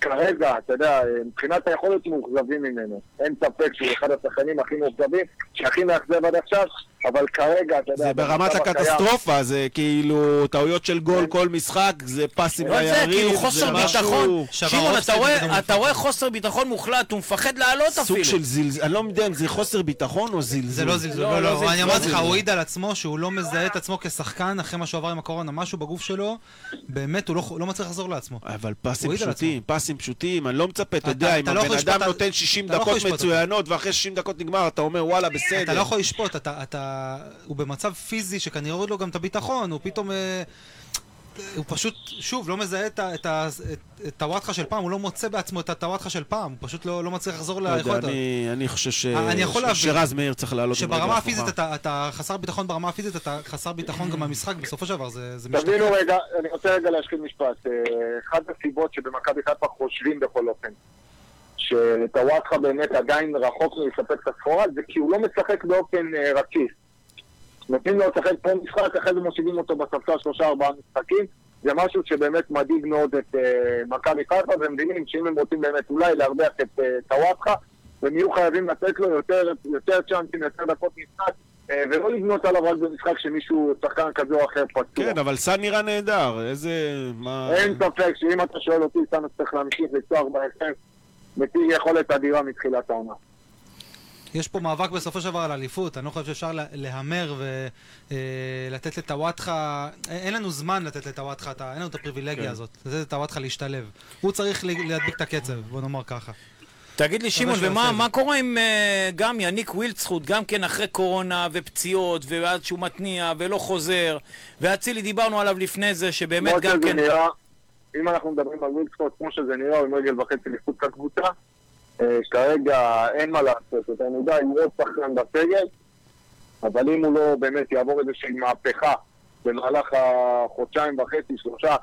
כרגע, אתה יודע, אה, מבחינת היכולת מאוכזבים ממנו. אין ספק שהוא אחד השחקנים הכי מאוכזבים, שהכי מאכזב עד עכשיו, אבל כרגע, אתה יודע...
זה ברמת
במצב הקיים-
הקטסטרופה, זה כאילו טאויות של גול כל משחק, זה פסים
לא זה,
ליריב,
כאילו חוסר
משהו-
ביטחון.
שבר
שמעון, אתה
אופסייד
רואה-
נגד אום
אתה רואה חוסר ביטחון מוחלט, הוא מפחד לעלות
סוג
אפילו.
של זלזול, אני לא יודע אם זה חוסר ביטחון או זלזול.
זה לא זלזול,
לא,
לא,
לא
לא,
זלזול.
אני אמרתי
לא
לך,
זלזול.
הוא העיד על עצמו שהוא לא מזהה את עצמו כשחקן אחרי מה שהוא עבר עם הקורונה, משהו בגוף שלו, באמת, הוא לא- הוא לא מצליח לחזור לעצמו.
אבל פסים
הוא העיד על
פשוטים, פסים פשוטים, אני לא מצפה, אתה
אתה-
יודע, אם
אתה לא
הבן
יכול לשפוט
אדם
על-
נותן 60
אתה לא יכול
דקות
לשפוט אותו.
מצוינות ואחרי 60 דקות נגמר, אתה אומר וואלה,
אתה לא
בסדר.
יכול לא לשפוט, אתה, אתה, הוא במצב פיזי שכנראה הוריד לו גם את הביטחון, הוא פתאום... אה, הוא פשוט, שוב, לא מזהה את ה- את ה- את- את הוואטחה של פעם, הוא לא מוצא בעצמו את הוואטחה של פעם, הוא פשוט לא לא מצליח לחזור
לא יודע,
ליכולת.
אני- אני חושב ש-
אה, אני יכול
ש-
להבין.
שרז מאיר צריך לעלות עם רגל
שברמה הפיזית
הפוכה.
אתה, אתה חסר ביטחון ברמה הפיזית, אתה חסר ביטחון
*clears throat*
גם במשחק, בסופו של דבר זה, זה משתנה.
תבינו רגע, אני רוצה רגע להשחיל משפט. אה, אחת הסיבות שבמכבי חיפה חושבים בכל אופן שטוואטחה באמת עדיין רחוק מלספק את הסחורה זה כי הוא לא משחק באופן אה, רציף. נותנים לו לשחק פה משחק, אחרי זה מושיבים אותו בספסל שלושה ארבעה משחקים. זה משהו שבאמת מדאיג מאוד את אה, מכבי חיפה, והם מבינים שאם הם רוצים באמת אולי להרוויח את אה, טוואטחה, הם יהיו חייבים לתת לו יותר, יותר צ'אנסים, יותר דקות משחק, אה, ולא לבנות עליו רק במשחק שמישהו, שחקן כזה או אחר פצוע.
כן, אבל סאן נראה נהדר, איזה... מה...
אין ספק שאם אתה שואל אותי, סאנוס צריך להמשיך לצוהר בהפסק, מציג יכולת אדירה מתחילת העונה.
יש פה מאבק בסופו של דבר על אליפות, אני לא חושב שאפשר לה- להמר ולתת לטוואטחה, אין- אין לנו זמן לתת לטוואטחה, את ה- אין לנו את הפריבילגיה
כן.
הזאת, לתת לטוואטחה להשתלב. הוא צריך ל- להדביק את הקצב, בוא נאמר ככה.
תגיד לי, שמעון,
שהוא עושה
ומה
את זה.
מה קורה עם אה, גם יניק ווילצחוט, גם כן אחרי קורונה ופציעות, ועד שהוא מתניע ולא חוזר, ואצילי, דיברנו עליו לפני זה, שבאמת
כמו
גם
שזה
כן...
נראה, אם אנחנו מדברים על ווילדסקוט, כמו שזה נראה, הוא עם רגל וחצי מחוץ לקבוצה, אה, כרגע אין מה לעשות, יותר מדי, הוא עוד שחקן בסגל, אבל אם הוא לא באמת יעבור איזושהי מהפכה במהלך החודשיים וחצי, שלושה,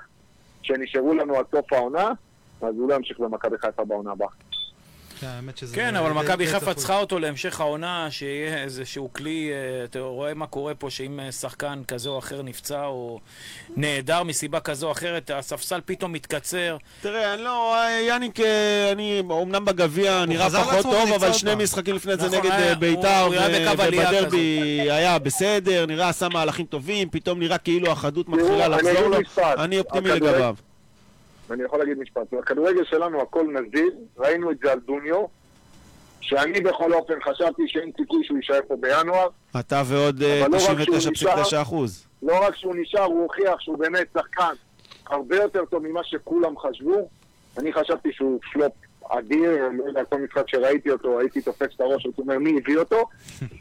שנשארו לנו עד סוף העונה, אז הוא לא ימשיך במכבי חיפה בעונה הבאה.
כן, האמת שזה...
כן, אבל
זה-
מכבי
זה
חיפה
צפוי.
צריכה אותו להמשך העונה, שיהיה איזשהו כלי, אה, אתה רואה מה קורה פה, שאם אה, שחקן כזה או אחר נפצע או נעדר מסיבה כזו או אחרת, הספסל פתאום מתקצר.
תראה, אני לא, יאניק, אה, אני אומנם בגביע נראה
חזר
פחות
לעצמו
טוב,
וניצח
אבל
אותה.
שני משחקים לפני זה
נכון,
נגד
היה-
אה, ביתר
הוא היה
ו-
בקו עלייה
ובדרבי היה בסדר, נראה עשה מהלכים טובים, פתאום נראה כאילו החדות מתחילה
אה, אני
לחזור
אגיד
לו.
משפט.
אני אופטימי
הכדורגל-
לגביו.
אני יכול להגיד משפט. בכדורגל שלנו הכל נזיל, ראינו את זה על דוניו, שאני בכל אופן חשבתי שאין סיכוי שהוא יישאר פה בינואר.
אתה ועוד
אבל לא רק שהוא
99.9
נשאר-
אחוז.
לא רק שהוא נשאר, הוא הוכיח שהוא באמת שחקן הרבה יותר טוב ממה שכולם חשבו. אני חשבתי שהוא פלופ אדיר, לא יודע, כל משחק שראיתי אותו, הייתי תופס את הראש, הייתי אומר מי הביא אותו.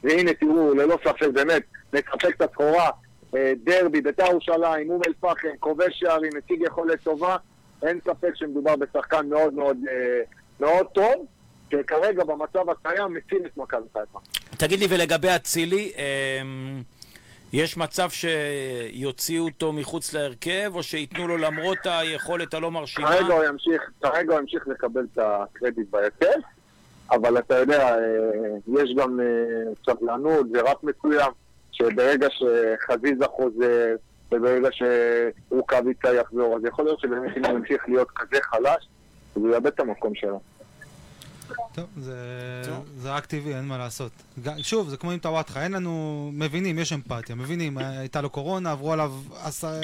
והנה תראו, ללא ספק באמת, מספק את הסחורה, אה, דרבי, בית"ר ירושלים, אום אל פחם, כובש שערים, מציג יכולת טובה. אין ספק שמדובר בשחקן מאוד מאוד, אה, מאוד טוב, שכרגע במצב הקיים מציל את מכבי חיפה.
תגיד לי, ולגבי אצילי, אמ, יש מצב שיוציאו אותו מחוץ להרכב, או שייתנו לו למרות היכולת הלא מרשימה?
כרגע הוא ימשיך, כרגע הוא ימשיך לקבל את הקרדיט בהרכב, אבל אתה יודע, אה, יש גם אה, סבלנות ורף מסוים, שברגע שחזיזה חוזר, וברגע שרוקאביצה יחזור, אז יכול להיות שבאמת אם הוא ימשיך להיות כזה חלש, אז הוא יאבד את המקום שלו.
טוב, זה- זה רק טבעי, אין מה לעשות. ג- שוב, זה כמו עם טוואטחה, אין לנו... מבינים, יש אמפתיה, מבינים, אה, הייתה לו קורונה, עברו עליו עשר-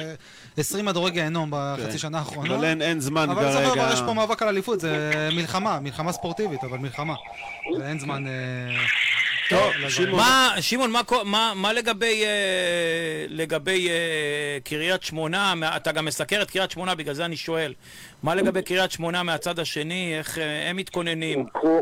20 מדורי גיהנום
כן.
בחצי שנה האחרונה.
כן.
לא,
אבל אין- אין זמן
אבל בסופו של דבר
כרגע.
יש פה מאבק על אליפות, זה מלחמה, מלחמה ספורטיבית, אבל מלחמה. ואין זמן... אה,
טוב,
לדברים.
שמעון.
מה, שמעון, מה, קו- מה, מה לגבי, אה, לגבי אה, קריית שמונה? מה- אתה גם מסקר את קריית שמונה, בגלל זה אני שואל. מה לגבי קריית שמונה מהצד השני? איך אה, הם מתכוננים?
הודחו,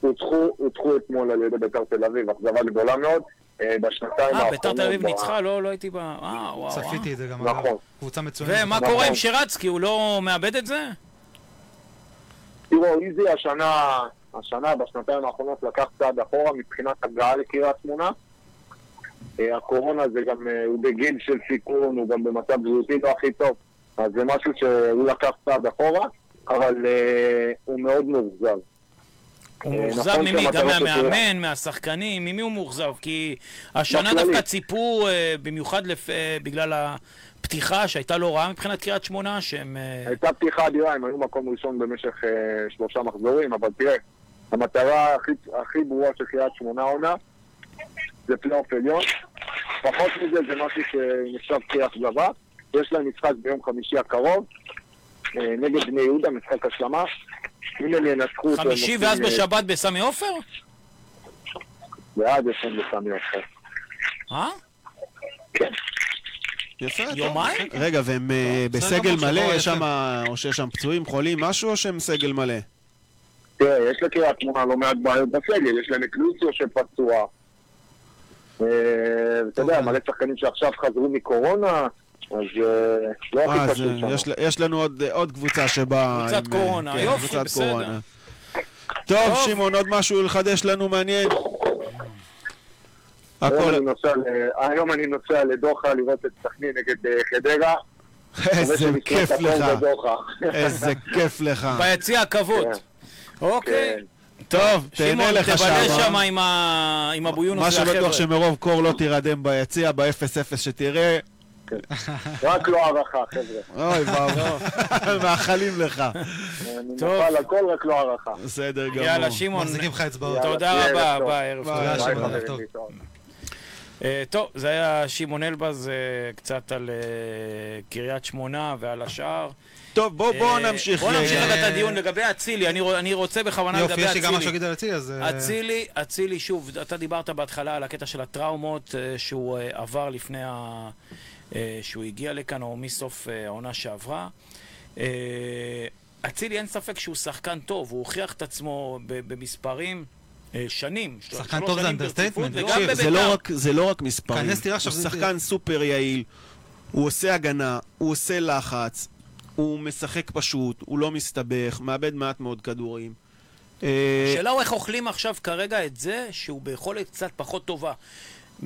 הודחו, הודחו אתמול על ידי בית"ר תל אביב, אכזבה גדולה מאוד, אה, בשנתיים
אה,
האחרונות.
ביתר תל אביב
ב-
ניצחה? לא, לא הייתי ב... אה, וואו, וואו.
צפיתי את זה גם,
נכון.
אגב. קבוצה מצוינת.
ומה
נכון. אה,
קורה עם שרצקי? הוא לא מאבד את זה?
תראו, איזי השנה, השנה, בשנתיים האחרונות, לקח צעד אחורה מבחינת הגעה לקריית שמונה. אה, הקורונה זה גם, אה, הוא בגיל של סיכון, הוא גם במצב בריאותי לא הכי טוב, אז זה משהו שהוא לקח צעד אחורה, אבל אה, הוא מאוד מאוכזב.
הוא
אה,
מאוכזב
נכון
ממי?
שהמטרה
גם
של קריית-
מהמאמן, מהשחקנים? ממי הוא מאוכזב? כי השנה
בכללי.
דווקא ציפו, אה, במיוחד לפ- אה, בגלל הפתיחה שהייתה לא רעה מבחינת קריית שמונה, שהם... אה,
הייתה פתיחה אדירה, הם היו מקום ראשון במשך אה, שלושה מחזורים, אבל תראה, המטרה הכי, הכי ברורה של קריית שמונה עונה זה פלייאוף עליון. פחות מזה זה משהו שנחשב כאכזבה. יש להם משחק ביום חמישי הקרוב, אה, נגד בני יהודה, משחק השלמה. אם הם ינצחו אותו... הם
חמישי
עושים,
ואז
אה,
בשבת בסמי עופר?
ואז יש להם בסמי עופר.
אה?
יפה, טוב.
יומיים?
רגע, והם אה,
בסדר
בסגל
גמור,
מלא?
שבוע
יש
יפה.
שם, אה, או שיש שם פצועים, חולים, משהו, או שהם סגל מלא?
תראה, יש לקריית שמונה לא מעט בעיות בסגל, יש להם את לוציו שפצוע. אה, אתה יודע, מלא שחקנים שעכשיו חזרו מקורונה, אז אה, לא
אה,
הכי
אז,
פשוט
אה,
שם.
יש ל- יש לנו עוד- עוד קבוצה שבאה...
קבוצת
עם, אה,
קורונה.
כן,
יופי,
קבוצת
בסדר.
קורונה. טוב,
טוב.
שמעון, עוד משהו לחדש לנו מעניין?
היום אה, אני
הכל...
נוסע ל- היום אני נוסע לדוחה לראות את סכנין נגד אה, חדרה.
*laughs* איזה
מקווה שנשמע
כיף
את הפועל
לך.
בדוחה.
*laughs* איזה כיף לך.
ביציע הכבוד. אוקיי.
*laughs* כן.
טוב, תהנה
שמעון,
לך
תבלה
שם. אה?
שם עם ה- עם הבויונוס
מה שבטוח שמרוב קור לא תירדם ביציע, ב-0-0 שתראה,
רק לא הערכה, חבר'ה.
*laughs*
אוי ואבוי, *laughs* מאחלים לך.
אני
טוב.
נפל הכל, רק לא הערכה.
בסדר גמור.
יאללה, שמעון.
מחזיקים לך אצבעות.
יאללה,
תודה
שיהיה
רבה,
ערב טוב.
ביי, ערב טוב.
ביי.
ביי,
שמעון,
חברים,
טוב.
להתראות.
אה, טוב, זה היה שמעון אלבז, אה, קצת על אה, קריית שמונה ועל השאר.
טוב, בוא- בואו
אה,
נמשיך.
בואו נמשיך
אה,
רגע את הדיון לגבי אצילי, אני רוצ- אני רוצה בכוונה
יופי,
לגבי
יש לי גם משהו
אצילי.
להגיד על אצילי, אז... אה,
אצילי, אצילי, שוב, אתה דיברת בהתחלה על הקטע של הטראומות אה, שהוא אה, עבר לפני ה... אה, שהוא הגיע לכאן, או מסוף אה, העונה שעברה. אה, אצילי, אין ספק שהוא שחקן טוב, הוא הוכיח את עצמו ב- במספרים אה, שנים. שלוש
שחקן טוב זה
שנים ברציפות,
understatement,
וגם
תקשיב,
זה
בבית"ר.
לא רק- זה לא רק מספרים,
כנס תראה
הוא
עכשיו, זה-
שחקן סופר יעיל, הוא עושה הגנה, הוא עושה לחץ, הוא משחק פשוט, הוא לא מסתבך, מאבד מעט מאוד כדורים. אה,
השאלה הוא איך אוכלים עכשיו כרגע את זה שהוא ביכולת קצת פחות טובה.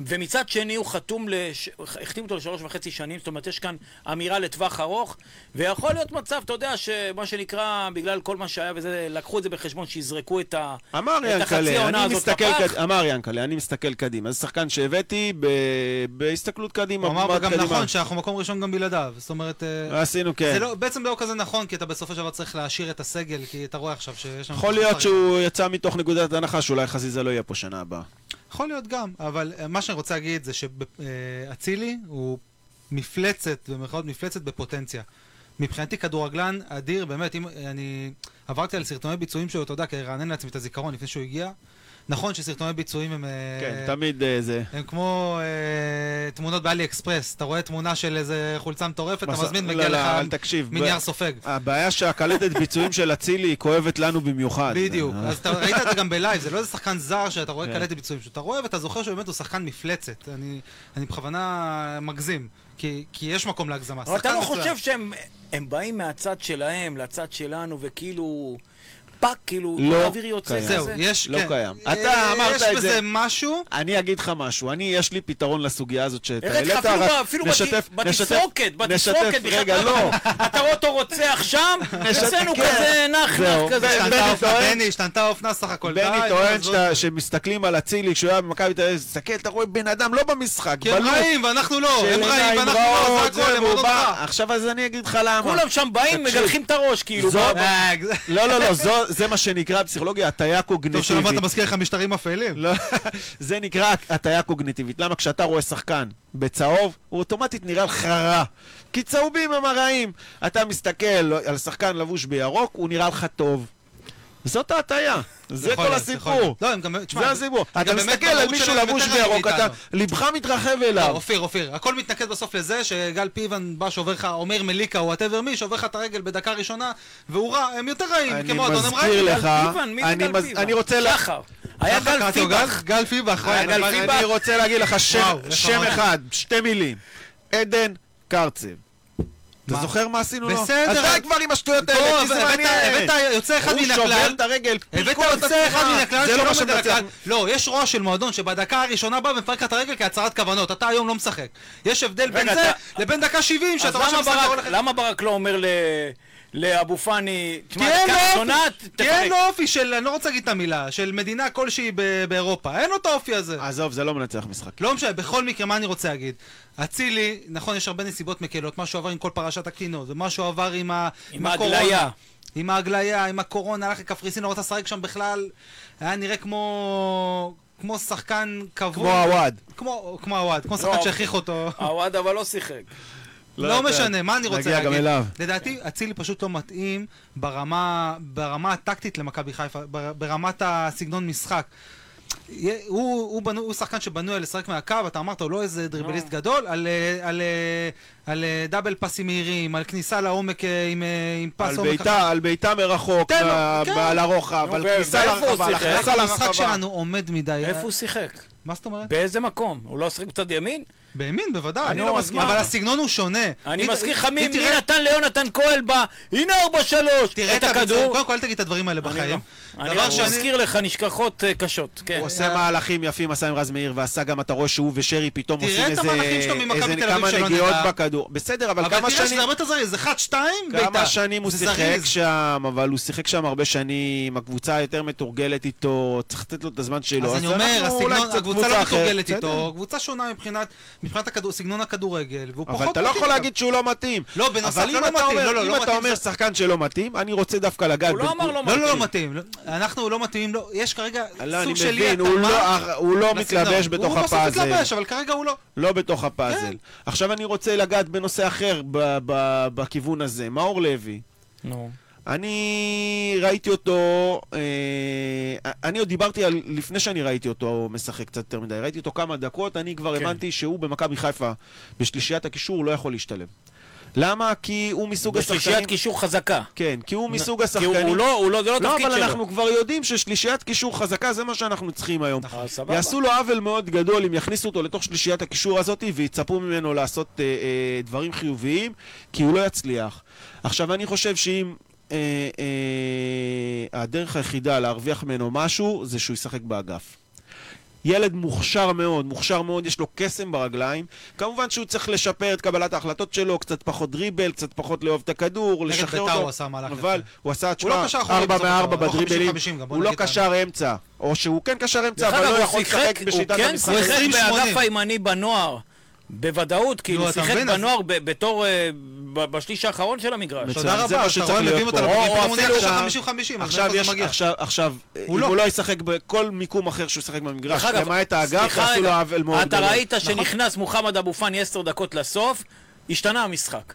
ומצד שני הוא חתום, לש... החתים אותו לשלוש וחצי שנים, זאת אומרת יש כאן אמירה לטווח ארוך, ויכול להיות מצב, אתה יודע, שמה שנקרא, בגלל כל מה שהיה וזה, לקחו את זה בחשבון, שיזרקו את ה...
אמר
את החצי
ינקלה,
העונה
אני
הזאת
מסתכל,
בפח.
קד... אמר ינקלה, אני מסתכל קדימה. זה שחקן שהבאתי ב... בהסתכלות קדימה.
הוא אמר
במבט
גם
קדימה.
נכון שאנחנו מקום ראשון גם בלעדיו. זאת אומרת... אה,
עשינו כן.
זה לא, בעצם לא כזה נכון, כי אתה בסופו של דבר צריך להעשיר את הסגל, כי אתה רואה עכשיו שיש לנו...
יכול להיות שהוא יצא מתוך נקודת הנחה שאולי חזיזה לא יהיה פה שנה הבאה.
יכול להיות גם, אבל אה, מה שאני רוצה להגיד זה שאצילי הוא מפלצת, במירכאות מפלצת בפוטנציה. מבחינתי כדורגלן אדיר, באמת, אם אה, אני עברתי על סרטוני ביצועים שלו, אתה יודע, כדי לרענן לעצמי את הזיכרון לפני שהוא הגיע. נכון שסרטוני ביצועים הם... אה,
כן, תמיד אה, זה.
הם כמו אה, תמונות באלי אקספרס, אתה רואה תמונה של איזה חולצה מטורפת, אתה
מס-
מזמין,
לא,
מגיע
לא,
לך
אל תקשיב, ב-
מנייר סופג.
הבעיה שהקלטת ביצועים של אצילי היא כואבת לנו במיוחד.
בדיוק,
אה, כן.
אז אתה ראית את זה גם בלייב, זה לא איזה שחקן זר שאתה רואה קלטת ביצועים שלו, אתה רואה ואתה זוכר שבאמת הוא שחקן מפלצת, אני אני בכוונה מגזים, כי כי יש מקום להגזמה,
אבל
שחקן
אתה לא
מצוין.
חושב שהם הם באים מהצד שלהם לצד שלנו, וכאילו... פאק, כאילו,
לא
כל האוויר יוצא
קיים.
זהו,
כזה?
יש,
לא
כן.
קיים.
אה,
אתה אמרת את
יש
זה.
בזה משהו,
אני אגיד לך משהו, אני, יש לי פתרון לסוגיה הזאת שאתה
הראיתי לך אפילו
רק
ב- אפילו
נשתף-
בת-
נשתף-
בתסרוקת, בתסרוקת,
נשתף, רגע,
בכלל.
לא.
אתה רואה אותו רוצח שם,
נשתף-
אצלנו
כן.
כזה נח
זהו.
נח כזה.
אה, בני
השתנתה האופנה,
טוען-
בני, השתנתה האופנה סך הכל,
בני
די,
טוען
עזוב.
שאתה- שמסתכלים על אצילי כשהוא היה במכבי תל אביב, תסתכל, אתה רואה בן אדם לא במשחק,
כי כן, הם
בלופ.
רעים ואנחנו לא,
של
הם רעים
עיניים
ואנחנו לא, זה
רעות,
הכל, הם
והוא
עוד אותך.
בא- עכשיו אז אני אגיד לך למה.
כולם שם באים,
תקשיב.
מגלחים את הראש, כאילו.
זו-
ב- ב-
אה, זה-
לא, לא, לא, זו- זה מה שנקרא פסיכולוגיה הטיה
טוב שלמה אתה
קוגניטיבית.
מזכיר לך משטרים אפלים.
לא, *laughs* זה נקרא הטיה קוגניטיבית. למה כשאתה רואה שחקן בצהוב, הוא אוטומטית נראה לך רע. כי צהובים הם הרעים. אתה מסתכל על שחקן לבוש בירוק, הוא נראה לך טוב. זאת ההטיה. זה
יכול
כל
להיות, זה יכול
הסיפור.
להיות. לא, הם גם, תשמע,
זה הסיפור.
הם
אתה
גם באמת
מסתכל על
במהות
מישהו
שלהם הם
לבוש
יותר
בירוק,
רעים
אתה,
מאיתנו.
ליבך מתרחב
לא,
אליו.
אופיר, אופיר, הכל מתנקד בסוף לזה שגל פיבן בא שעובר לך, אומר מליקה, וואטאבר מי, שעובר לך את הרגל בדקה ראשונה, והוא רע, הם יותר רעים,
אני
כמו אדון הם
מזכיר
רעים.
לך,
פיבן, מי זה
אני
גל
מז-
פיבן?
אני רוצה לה-
שחר. היה
ככה
גל
קראת לו,
פיבן.
גל- גל פיבך, וואי,
אני-
נכון, אבל-
אני רוצה להגיד לך שם,
וואו, נכון. איך
שם
אמרת?
אחד, שתי מילים. עדן קרצב. אתה
מה?
זוכר מה עשינו לו?
בסדר,
אז די
אבל-
כבר עם השטויות
טוב,
האלה, כי
אבל
זה
הבאת-
מעניין.
הבאת יוצא אחד מן
הוא שובר
הכלל.
את הרגל,
הבאת
פיקוח
יוצא אחד מן הכלל
זה
שלא
לא מה
עומד על
שמנצח.
הכלל. לא, יש רוע של מועדון שבדקה הראשונה בא ומפרק לך את הרגל כהצהרת כוונות. אתה היום לא משחק. יש הבדל בין
רגע,
זה
אתה-
לבין דקה 70
אז
שאתה רואה
למה
שהמשחק
ברק-
קורה לך...
למה ברק לא אומר ל- לאבו פאני,
כי
תשמע,
אין
דקה
לו
ראשונה,
אופי, כי אין לו אופי של, אני לא רוצה להגיד את המילה, של מדינה כלשהי ב- באירופה, אין לו את האופי הזה.
עזוב, זה לא מנצח משחק.
לא משנה, בכל מקרה, מה אני רוצה להגיד? אצילי, נכון, יש הרבה נסיבות מקלות, מה שהוא עבר עם כל פרשת הקטינות, ומה שהוא עבר עם, ה...
עם ההגליה.
עם ההגליה, עם הקורונה, הלך לקפריסין, לא רצה לשחק שם בכלל, היה נראה כמו... כמו שחקן קבוע.
כמו עווד.
כמו כמו עווד, כמו
לא,
שחקן
*laughs*
שהכריח אותו.
הוואד אבל לא שיחק.
לא
לא
יודע.
משנה, מה אני רוצה
נגיע גם
להגיד?
אליו.
לדעתי, אצילי פשוט לא מתאים ברמה ברמה הטקטית למכבי חיפה, בר- ברמת הסגנון משחק. יה- הוא, הוא, בנו, הוא שחקן שבנוי על לשחק מהקו, אתה אמרת, הוא לא איזה דריבליסט גדול, על, אה, על, אה, על אה, דאבל פסים מהירים, על כניסה לעומק אה, עם, אה, עם פס
על
עומק.
בעיטה, על בעיטה מרחוק, אה,
תן לו,
ב-
כן.
ב- על הרוחב,
נו,
על
ו-
כניסה
ואיפה הוא
לרחבה, על
שיחק?
הכניסה
המשחק
לרחבה.
שלנו עומד מדי.
איפה הוא שיחק?
מה זאת אומרת?
באיזה מקום? הוא לא שיחק בצד ימין?
בימין, בוודאי.
אני לא מסכים.
אבל הסגנון הוא שונה.
אני
היא-
מזכיר לך
היא
מי מי
תראה-
נתן ליונתן כהל ב... הנה 4-3!
תראה את הכדור.
הכדור.
קודם כל, אל תגיד את הדברים האלה
אני לא.
בחיים.
אני
דבר
רק
שני-
מזכיר לך נשכחות אה, קשות. כן.
הוא עושה מהלכים יפים, עשה עם רז מאיר, ועשה גם, אתה רואה שהוא ושרי פתאום
תראה
עושים
את
איזה...
המהלכים שלו ממכבי
איזה
תל אביב
כמה
שלא
נגיעות
נראה.
בכדור. בסדר, אבל
אבל
כמה
תראה
שנים...
שזה הרבה יותר זריז, זה 1-2 בעיטה.
כמה שנים הוא
זה
שיחק
זריז.
שם, אבל הוא שיחק שם הרבה שנים, הקבוצה היותר מתורגלת איתו, צריך לתת לו את הזמן שלו.
אז אני
אנחנו
אומר,
אולי
הסגנון,
קצת
הקבוצה לא
אחרת.
מתורגלת
בסדר.
איתו, קבוצה שונה מבחינת, מבחינת הכדור, סגנון הכדורגל, והוא פחות...
אבל אתה לא
מתאים
יכול
גם.
להגיד שהוא לא מתאים.
לא, בנוסף,
אבל
לא
אם
לא
אתה
מתאים,
אומר-
לא, לא,
אם
לא
אתה
מתאים
אומר
זה-
שחקן שלא מתאים, אני רוצה דווקא לגעת.
הוא לא אמר לא
לא, לא, לא
מתאים.
מתאים. לא- אנחנו לא מתאימים, לא, יש כרגע
לא, אני
סוג של אי
מבין, הוא לא- הוא לא
לסגנון.
מתלבש בתוך
הוא
הפאזל.
בסוף מתלבש, אבל כרגע הוא לא.
לא בתוך הפאזל.
כן.
עכשיו אני רוצה לגעת בנושא אחר ב- ב- בכיוון הזה. מאור לוי,
נו.
אני ראיתי אותו, אה, אני עוד דיברתי על, לפני שאני ראיתי אותו משחק קצת יותר מדי, ראיתי אותו כמה דקות, אני כבר
כן.
כן. הבנתי שהוא במכבי חיפה, בשלישיית הקישור, לא יכול להשתלב. למה? כי הוא מסוג השחקנים...
בשלישיית קישור חזקה.
כן, כי הוא מסוג
כי
השחקנים...
הוא לא, הוא לא, זה לא
לא,
התפקיד
אבל
שלו.
אנחנו כבר יודעים ששלישיית קישור חזקה זה מה שאנחנו צריכים היום.
אה, סבבה.
יעשו לו עוול מאוד גדול אם יכניסו אותו לתוך שלישיית הקישור הזאת ויצפו ממנו לעשות אה, אה, דברים חיוביים, כי הוא לא יצליח. עכשיו, אני חושב שאם... אה, אה, הדרך היחידה להרוויח ממנו משהו זה שהוא ישחק באגף. ילד מוכשר מאוד, מוכשר מאוד, יש לו קסם ברגליים. כמובן שהוא צריך לשפר את קבלת ההחלטות שלו, קצת פחות דריבל, קצת פחות לאהוב את הכדור,
נגד
לשחרר
בית"ר
אותו.
הוא עשה מהלך
אבל
יפה.
הוא עשה,
הוא לא
תשמע,
קשר אחורי
4
בסופו של
מ-4
דבר, לא
בדריבים,
50-50 גם, בוא
הוא לא
נגיד את
קשר אמצע. או שהוא כן קשר אמצע,
דרך
אבל
אגב,
לא
הוא
יכול
שיחק,
לשחק
הוא
בשיטת
כן
המשחק.
שיחק
20-80.
באגף הימני בנוער. בוודאות, כאילו,
אתה
שיחק
מבין? אז-
בנוער ב- בתור... אה, ב- בשליש האחרון של המגרש.
מצוין.
תודה
זה
רבה,
מה
אתה
שצריך
רואה,
להיות
מביאים
פה.
אותה,
או
פתאום הוא נהיה
אפילו
עכשיו
עכשיו-
50-50, אז
עכשיו
מאיפה
יש,
זה מגיע?
עכשיו, עכשיו,
הוא
אם
לא.
הוא לא ישחק בכל מיקום אחר שהוא ישחק במגרש,
דרך אגב,
למעט האגף,
סליחה
יעשו לו
רגע,
עוול מאוד
אתה
גדול. נכון.
ראית שנכנס מוחמד אבו פאני עשר דקות לסוף, השתנה המשחק.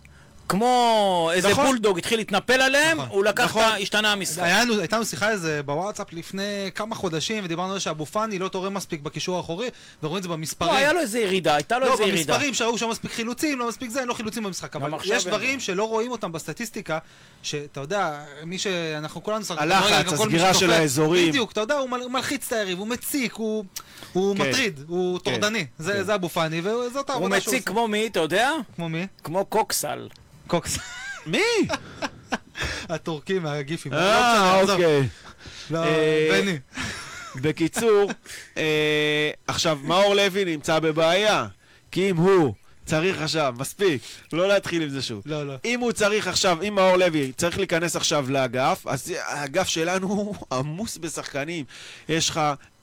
כמו איזה
נכון.
בולדוג התחיל להתנפל עליהם,
נכון,
הוא לקח
נכון.
את ה... השתנה המשחק.
היה לנו- הייתה לנו שיחה על זה בוואטסאפ לפני כמה חודשים, ודיברנו על זה שאבו פאני לא תורם מספיק בקישור האחורי, ורואים את זה במספרים.
לא, היה לו איזה ירידה, הייתה לו
לא,
איזה ירידה.
במספרים שהיו שם מספיק חילוצים, לא מספיק זה, אין לו חילוצים במשחק.
גם
אבל
עכשיו
יש
אין לו.
דברים שלא רואים אותם בסטטיסטיקה, שאתה יודע, מי שאנחנו כולנו לא שחקנו...
הלחץ,
כדורגל, גם כל מי
הסגירה
שצופה,
של האזורים.
בדיוק, אתה יודע, הוא מל- הוא מלחיץ את היריב, הוא מציק, הוא הוא
כן.
מטריד, הוא
כן.
טורדני. זה זה אבו פאני, וזאת
הוא
העבודה שהוא
מציק
עושה.
כמו מי, אתה יודע?
כמו מי?
כמו קוקסל.
אה. *laughs*
קוקס.
מי?
הטורקים מהגיפים.
אה,
לא משנה,
אוקיי.
עזוב. לא,
אה,
בני.
בקיצור, אה, עכשיו, מאור לוי נמצא בבעיה, כי אם הוא צריך עכשיו, מספיק, לא להתחיל עם זה שוב.
לא, לא.
אם הוא צריך עכשיו, אם מאור לוי צריך להיכנס עכשיו לאגף, אז האגף שלנו הוא עמוס בשחקנים. יש לך...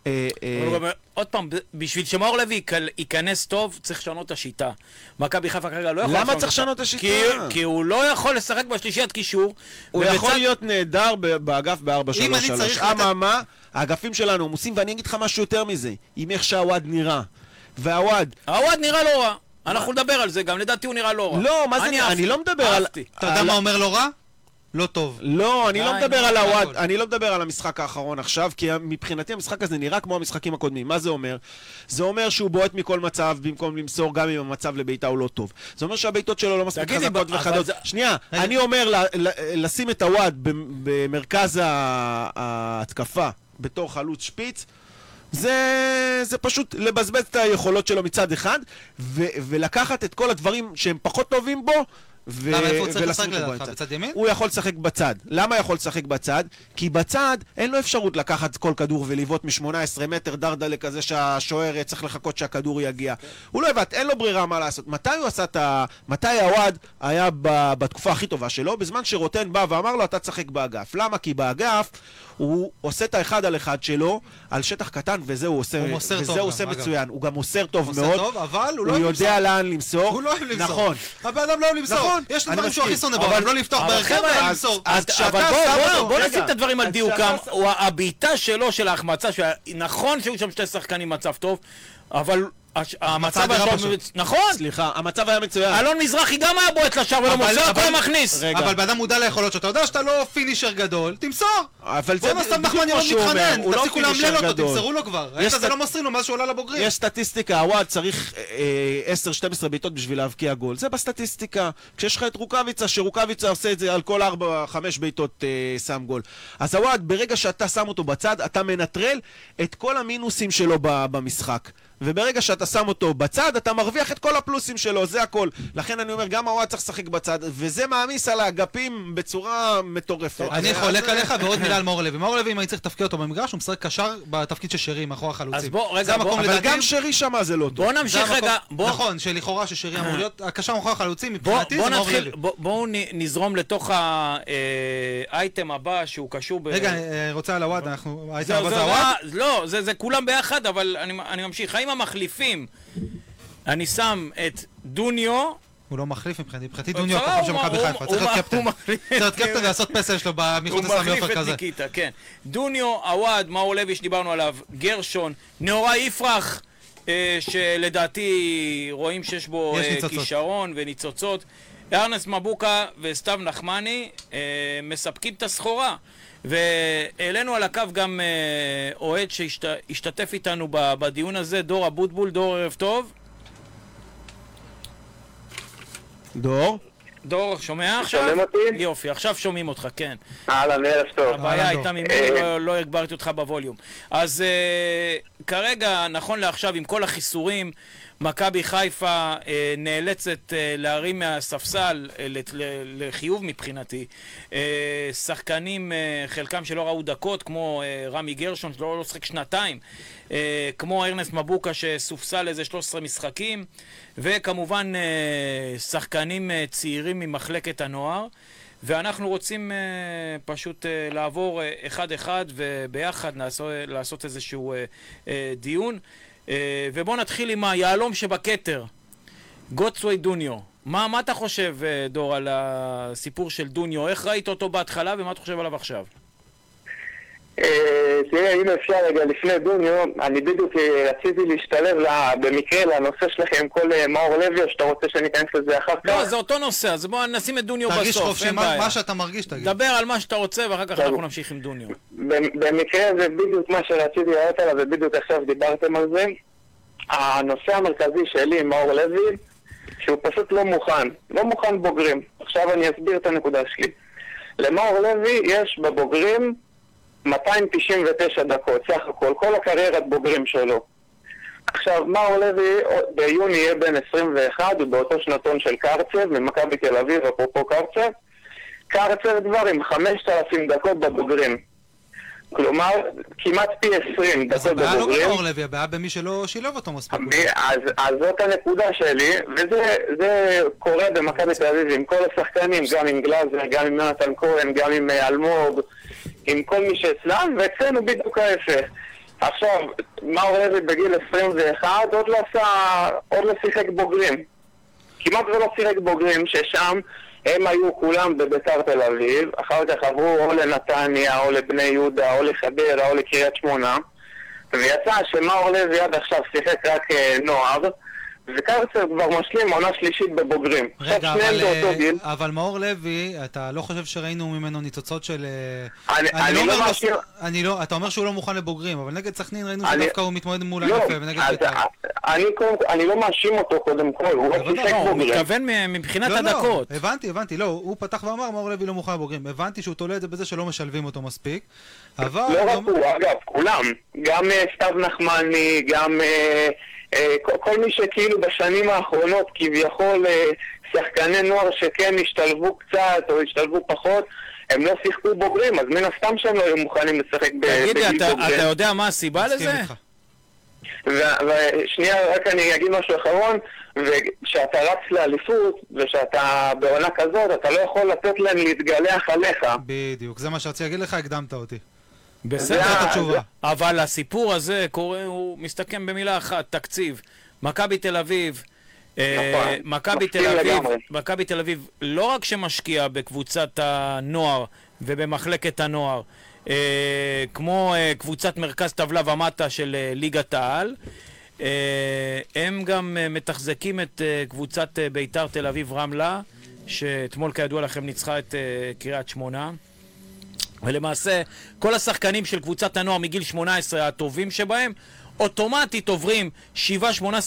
אה, אה,
אבל הוא גם- עוד פעם, ב- בשביל שמאור לוי ייכל- ייכנס טוב, צריך לשנות את השיטה. מכבי חיפה כרגע לא יכול...
למה
לשנות
צריך
אותה.
לשנות את השיטה?
כי- כי הוא לא יכול לשחק בשלישיית קישור.
הוא
ובצד-
יכול להיות נהדר ב- באגף
אם אני צריך
ב-4-3-3.
לתת-
אממה, האגפים שלנו עמוסים, ואני אגיד לך משהו יותר מזה, עם איך שהוואד נראה. והוואד,
הוואד נראה לא רע. אנחנו נדבר על זה גם, לדעתי הוא נראה לא רע.
לא, מה זה,
אני
אני,
אהבתי,
אני לא מדבר על...
אהבתי.
אתה יודע
על-
מה אומר לא רע? לא טוב.
לא, אני
די,
לא מדבר
נו,
על
הכל.
הוואט, אני לא מדבר על המשחק האחרון עכשיו, כי מבחינתי המשחק הזה נראה כמו המשחקים הקודמים. מה זה אומר? זה אומר שהוא בועט מכל מצב במקום למסור גם אם המצב לבעיטה הוא לא טוב. זה אומר שהבעיטות שלו לא מספיק
תגיד לי,
חזקות
אבל
וחדות.
זה-
שנייה,
רגע.
אני אומר ל- ל- לשים את הוואט במ- במרכז ה- ההתקפה בתור חלוץ שפיץ. זה, זה פשוט לבזבז את היכולות שלו מצד אחד, ו, ולקחת את כל הדברים שהם פחות טובים בו, ו,
למה, איפה הוא צריך
ולשים
לשחק
אותו
לדעתך?
באמצע.
בצד ימין?
הוא יכול לשחק בצד. למה יכול לשחק בצד? כי בצד אין לו אפשרות לקחת כל כדור ולבעוט מ-18 מטר דרדלה כזה שהשוער אה, צריך לחכות שהכדור יגיע. הוא לא הבט, אין לו ברירה מה לעשות. מתי הוא עשה את ה... מתי הוואד היה ב... בתקופה הכי טובה שלו? בזמן שרוטן בא ואמר לו, אתה תשחק באגף. למה? כי באגף הוא עושה את האחד על אחד שלו על שטח קטן, וזה הוא עושה,
הוא מוסר
וזה
טוב גם,
הוא עושה
אגב.
מצוין. הוא גם מוסר טוב
עושה
מאוד.
טוב, אבל הוא לא
הוא
אוהב
יודע לאן למסור.
הוא לא אוהב למסור.
נכון.
הבן אדם לא אוהב למסור.
נכון,
יש
אני
דברים שהוא
מסכים.
הכי שונא
אבל-
בעולם, לא לפתוח
אבל
בהרכב
חבר'ה,
ולא
אז-
למסור.
אז
אתה-
כשאתה
אבל בוא,
שם
בוא,
אותו-
לא, בוא
רגע,
נשים את הדברים על
אז
דיוקם.
כשאתה-
הוא- הבעיטה שלו, של ההחמצה, שנכון שהיו שם שתי שחקנים במצב טוב, אבל הש- המצב
הרע
השער...
פשוט.
נכון!
סליחה, המצב היה מצוין.
אלון מזרחי גם היה בועט לשער ולא
אה. אבל-
מוסר, הכל
אבל-
מכניס.
רגע.
אבל בן אדם מודע ליכולות שלו, אתה יודע שאתה לא פינישר גדול, תמסור!
אבל זה
בואנה, סתם
בדיוק
נחמן
מה
ירון
שהוא אומר,
מתחנן,
הוא לא
תפסיקו
פינישר
לאמלל אותו,
גדול.
תמסרו לו כבר. ראית,
יש
זה
סט-
לא מוסרים לו מאז שהוא עולה לבוגרים.
יש סטטיסטיקה, הוואד צריך אה, אה, 10-12 בעיטות בשביל להבקיע גול. זה בסטטיסטיקה. כשיש לך את רוקאביצה, שרוקאביצה עושה את זה על כל 4-5 בעיטות אה, שם גול. אז הוואד, ברגע שאתה שם אותו בצד, אתה מנטרל את כל המינוסים שלו ב- במשחק. וברגע שאתה שם אותו בצד, אתה מרוויח את כל הפלוסים שלו, זה הכל. לכן אני אומר, גם הוואט צריך לשחק בצד, וזה מעמיס על האגפים בצורה מטורפת.
אני
אז-
חולק עליך ועוד מילה על מאור לוי. מאור לוי, אם אני צריך לתפקיע אותו במגרש, הוא משחק קשר בתפקיד של שרי, מאחורי החלוצים.
אז בוא, רגע,
זה המקום
בוא,
אבל
לדעתי,
גם שרי שמה זה לא טוב.
בוא
זה
נמשיך
המקום-
רגע, בוא,
נכון, שלכאורה ששרי
אה.
אמור להיות הקשר מאחורי החלוצים,
בוא,
מבחינתי
בוא
זה מאור לוי.
נתחיל, בוא- בואו נ- נזרום לתוך האייטם הבא שהוא קשור ב...
רגע, אני אה, רוצה על הוואד, אנחנו... הייתם
זהו,
אבל
זהו,
זה הוואד?
זה- לא, זה זה כולם ביחד, אבל אני- אני ממשיך. האם המחליפים, אני שם את דוניו,
הוא לא מחליף מבחינתי, מבחינתי דוניו
בסדר,
הכוכב של
הוא-
מכבי
הוא-
חיפה,
הוא-
צריך
הוא-
להיות קפטן.
הוא מחליף-
צריך להיות קפטן ולעשות פסל שלו ב-
הוא
מחוץ לסמי
מחליף
עופר
את
כזה.
ניקיטה, כן. דוניו, עווד, מאור לוי שדיברנו עליו, גרשון, נאורה יפרח, אה, שלדעתי רואים שיש בו
יש
אה,
ניצוצות.
כישרון וניצוצות, ארנס מבוקה וסתיו נחמני אה, מספקים את הסחורה. והעלינו על הקו גם אה, אוהד שהשתתף איתנו ב- בדיון הזה, דור אבוטבול, דור ערב טוב.
דור?
דור, שומע עכשיו?
שומעים אותי?
יופי, עכשיו שומעים אותך, כן.
אהלן, ערב טוב.
הבעיה
אהלן,
הייתה
דור.
ממני,
אה.
לא- לא הגברתי אותך בווליום. אז אה, כרגע, נכון לעכשיו, עם כל החיסורים, מכבי חיפה אה, נאלצת אה, להרים מהספסל, אה, לת- ל- לחיוב מבחינתי, אה, שחקנים, אה, חלקם שלא ראו דקות, כמו אה, רמי גרשון, שלא לא שחק שנתיים, אה, כמו ארנס מבוקה, שסופסל איזה 13 משחקים, וכמובן אה, שחקנים אה, צעירים ממחלקת הנוער. ואנחנו רוצים אה, פשוט אה, לעבור אה, אחד-אחד וביחד נעשו, לעשות איזשהו אה, אה, דיון. אה, ובואו נתחיל עם היהלום שבכתר, גוטסווי דוניו. מה, מה אתה חושב, אה, דור, על הסיפור של דוניו? איך ראית אותו בהתחלה ומה אתה חושב עליו עכשיו?
אה, תראה, אם אפשר רגע לפני דוניו, אני בדיוק אה, רציתי להשתלב ל- במקרה לנושא שלכם עם כל אה, מאור לוי, או שאתה רוצה שאני אכנס לזה אחר כך?
לא, זה אותו נושא, אז בואו נשים את דוניו
תרגיש
בסוף,
חופשי,
אין
מה
בעיה.
מה שאתה מרגיש תגיד.
דבר על מה שאתה רוצה ואחר כך
טוב.
אנחנו נמשיך עם דוניו.
במ- במקרה זה בדיוק מה שרציתי לעלות עליו, ובדיוק עכשיו דיברתם על זה. הנושא המרכזי שלי עם מאור לוי, שהוא פשוט לא מוכן, לא מוכן בוגרים. עכשיו אני אסביר את הנקודה שלי. למאור לוי יש בבוגרים 299 דקות, סך הכל, כל הקריירת בוגרים שלו. עכשיו, מאור לוי ביוני יהיה בן 21, הוא באותו שנתון של קרצב, ממכבי תל אביב, אפרופו קרצב. קרצב כבר עם 5,000 דקות בבוגרים. כלומר, כמעט פי 20
אז
דקות
הבעיה לא
בבוגרים.
במאור לוי, הבעיה במי שלא שילב אותו מספיק.
ב- אה, אז, אז זאת הנקודה שלי, וזה זה קורה במכבי תל אביב עם כל השחקנים, גם עם גלאזר, גם עם יונתן כהן, גם עם אה, אלמוג, עם כל מי שאצלם, ואצלנו בדיוק ההפך. עכשיו, מאור לוי בגיל 21 עוד לא עשה, עוד לא שיחק בוגרים. כמעט ולא שיחק בוגרים, ששם הם היו כולם בביתר תל אביב, אחר כך עברו או לנתניה, או לבני יהודה, או לחדרה, או לקריית שמונה. ויצא שמאור לוי עד עכשיו שיחק רק אה, נוער, וקרצר כבר משלים עונה שלישית בבוגרים.
רגע,
עכשיו שניהם
אבל,
באותו
אה,
גיל.
אבל מאור לוי, אתה לא חושב שראינו ממנו ניצוצות של... אה,
אני- אני
אומר
לא
לו-
מאשים-
אני לא, אתה אומר שהוא לא מוכן לבוגרים, אבל נגד סכנין ראינו
אני-
שדווקא הוא מתמודד מולה
לא,
יפה, ונגד
אז
בית"ר.
אני קודם כל- אני לא מאשים אותו קודם כל, הוא
אבל
לא
לא,
שיחק
הוא
בוגרים.
מתכוון מ- מבחינת
לא,
הדקות.
לא, הבנתי, הבנתי, לא, הוא פתח ואמר, מאור לוי לא מוכן לבוגרים. הבנתי שהוא תולה את זה בזה שלא משלבים אותו מספיק, אבל...
לא
אני
רק
אומר-
הוא, אגב, כולם. גם אה, סתיו נחמני, גם אה, אה, כל- כל מי שכאילו בשנים האחרונות כביכול אה, שחקני נוער שכן השתלבו קצת או השתלבו פחות, הם לא שיחקו בוגרים, אז מן הסתם שהם לא היו מוכנים לשחק ב-
תגיד לי,
בגיל
אתה אתה
בוגרים.
יודע מה הסיבה
כן.
כן,
מסכים
לזה?
איתך.
ושנייה, רק אני אגיד משהו אחרון, וכשאתה רץ לאליפות, וכשאתה בעונה כזאת, אתה לא יכול לתת להם להתגלח עליך.
בדיוק, זה מה שרציתי להגיד לך, הקדמת אותי.
בסדר.
זה
זה
את
ה-
התשובה.
אה, אבל הסיפור הזה קורה, הוא מסתכם במילה אחת, תקציב. מכבי תל אביב, אה,
נכון.
מכבי
מסכים
תל אביב,
לגמרי.
מכבי תל אביב לא רק שמשקיעה בקבוצת הנוער ובמחלקת הנוער, אה, כמו אה, קבוצת מרכז טבלה ומטה של אה, ליגת העל, אה, הם גם אה, מתחזקים את אה, קבוצת אה, ביתר תל אביב רמלה, שאתמול כידוע לכם ניצחה את אה, קריית שמונה. ולמעשה, כל השחקנים של קבוצת הנוער מגיל 18, הטובים שבהם, אוטומטית עוברים 7-8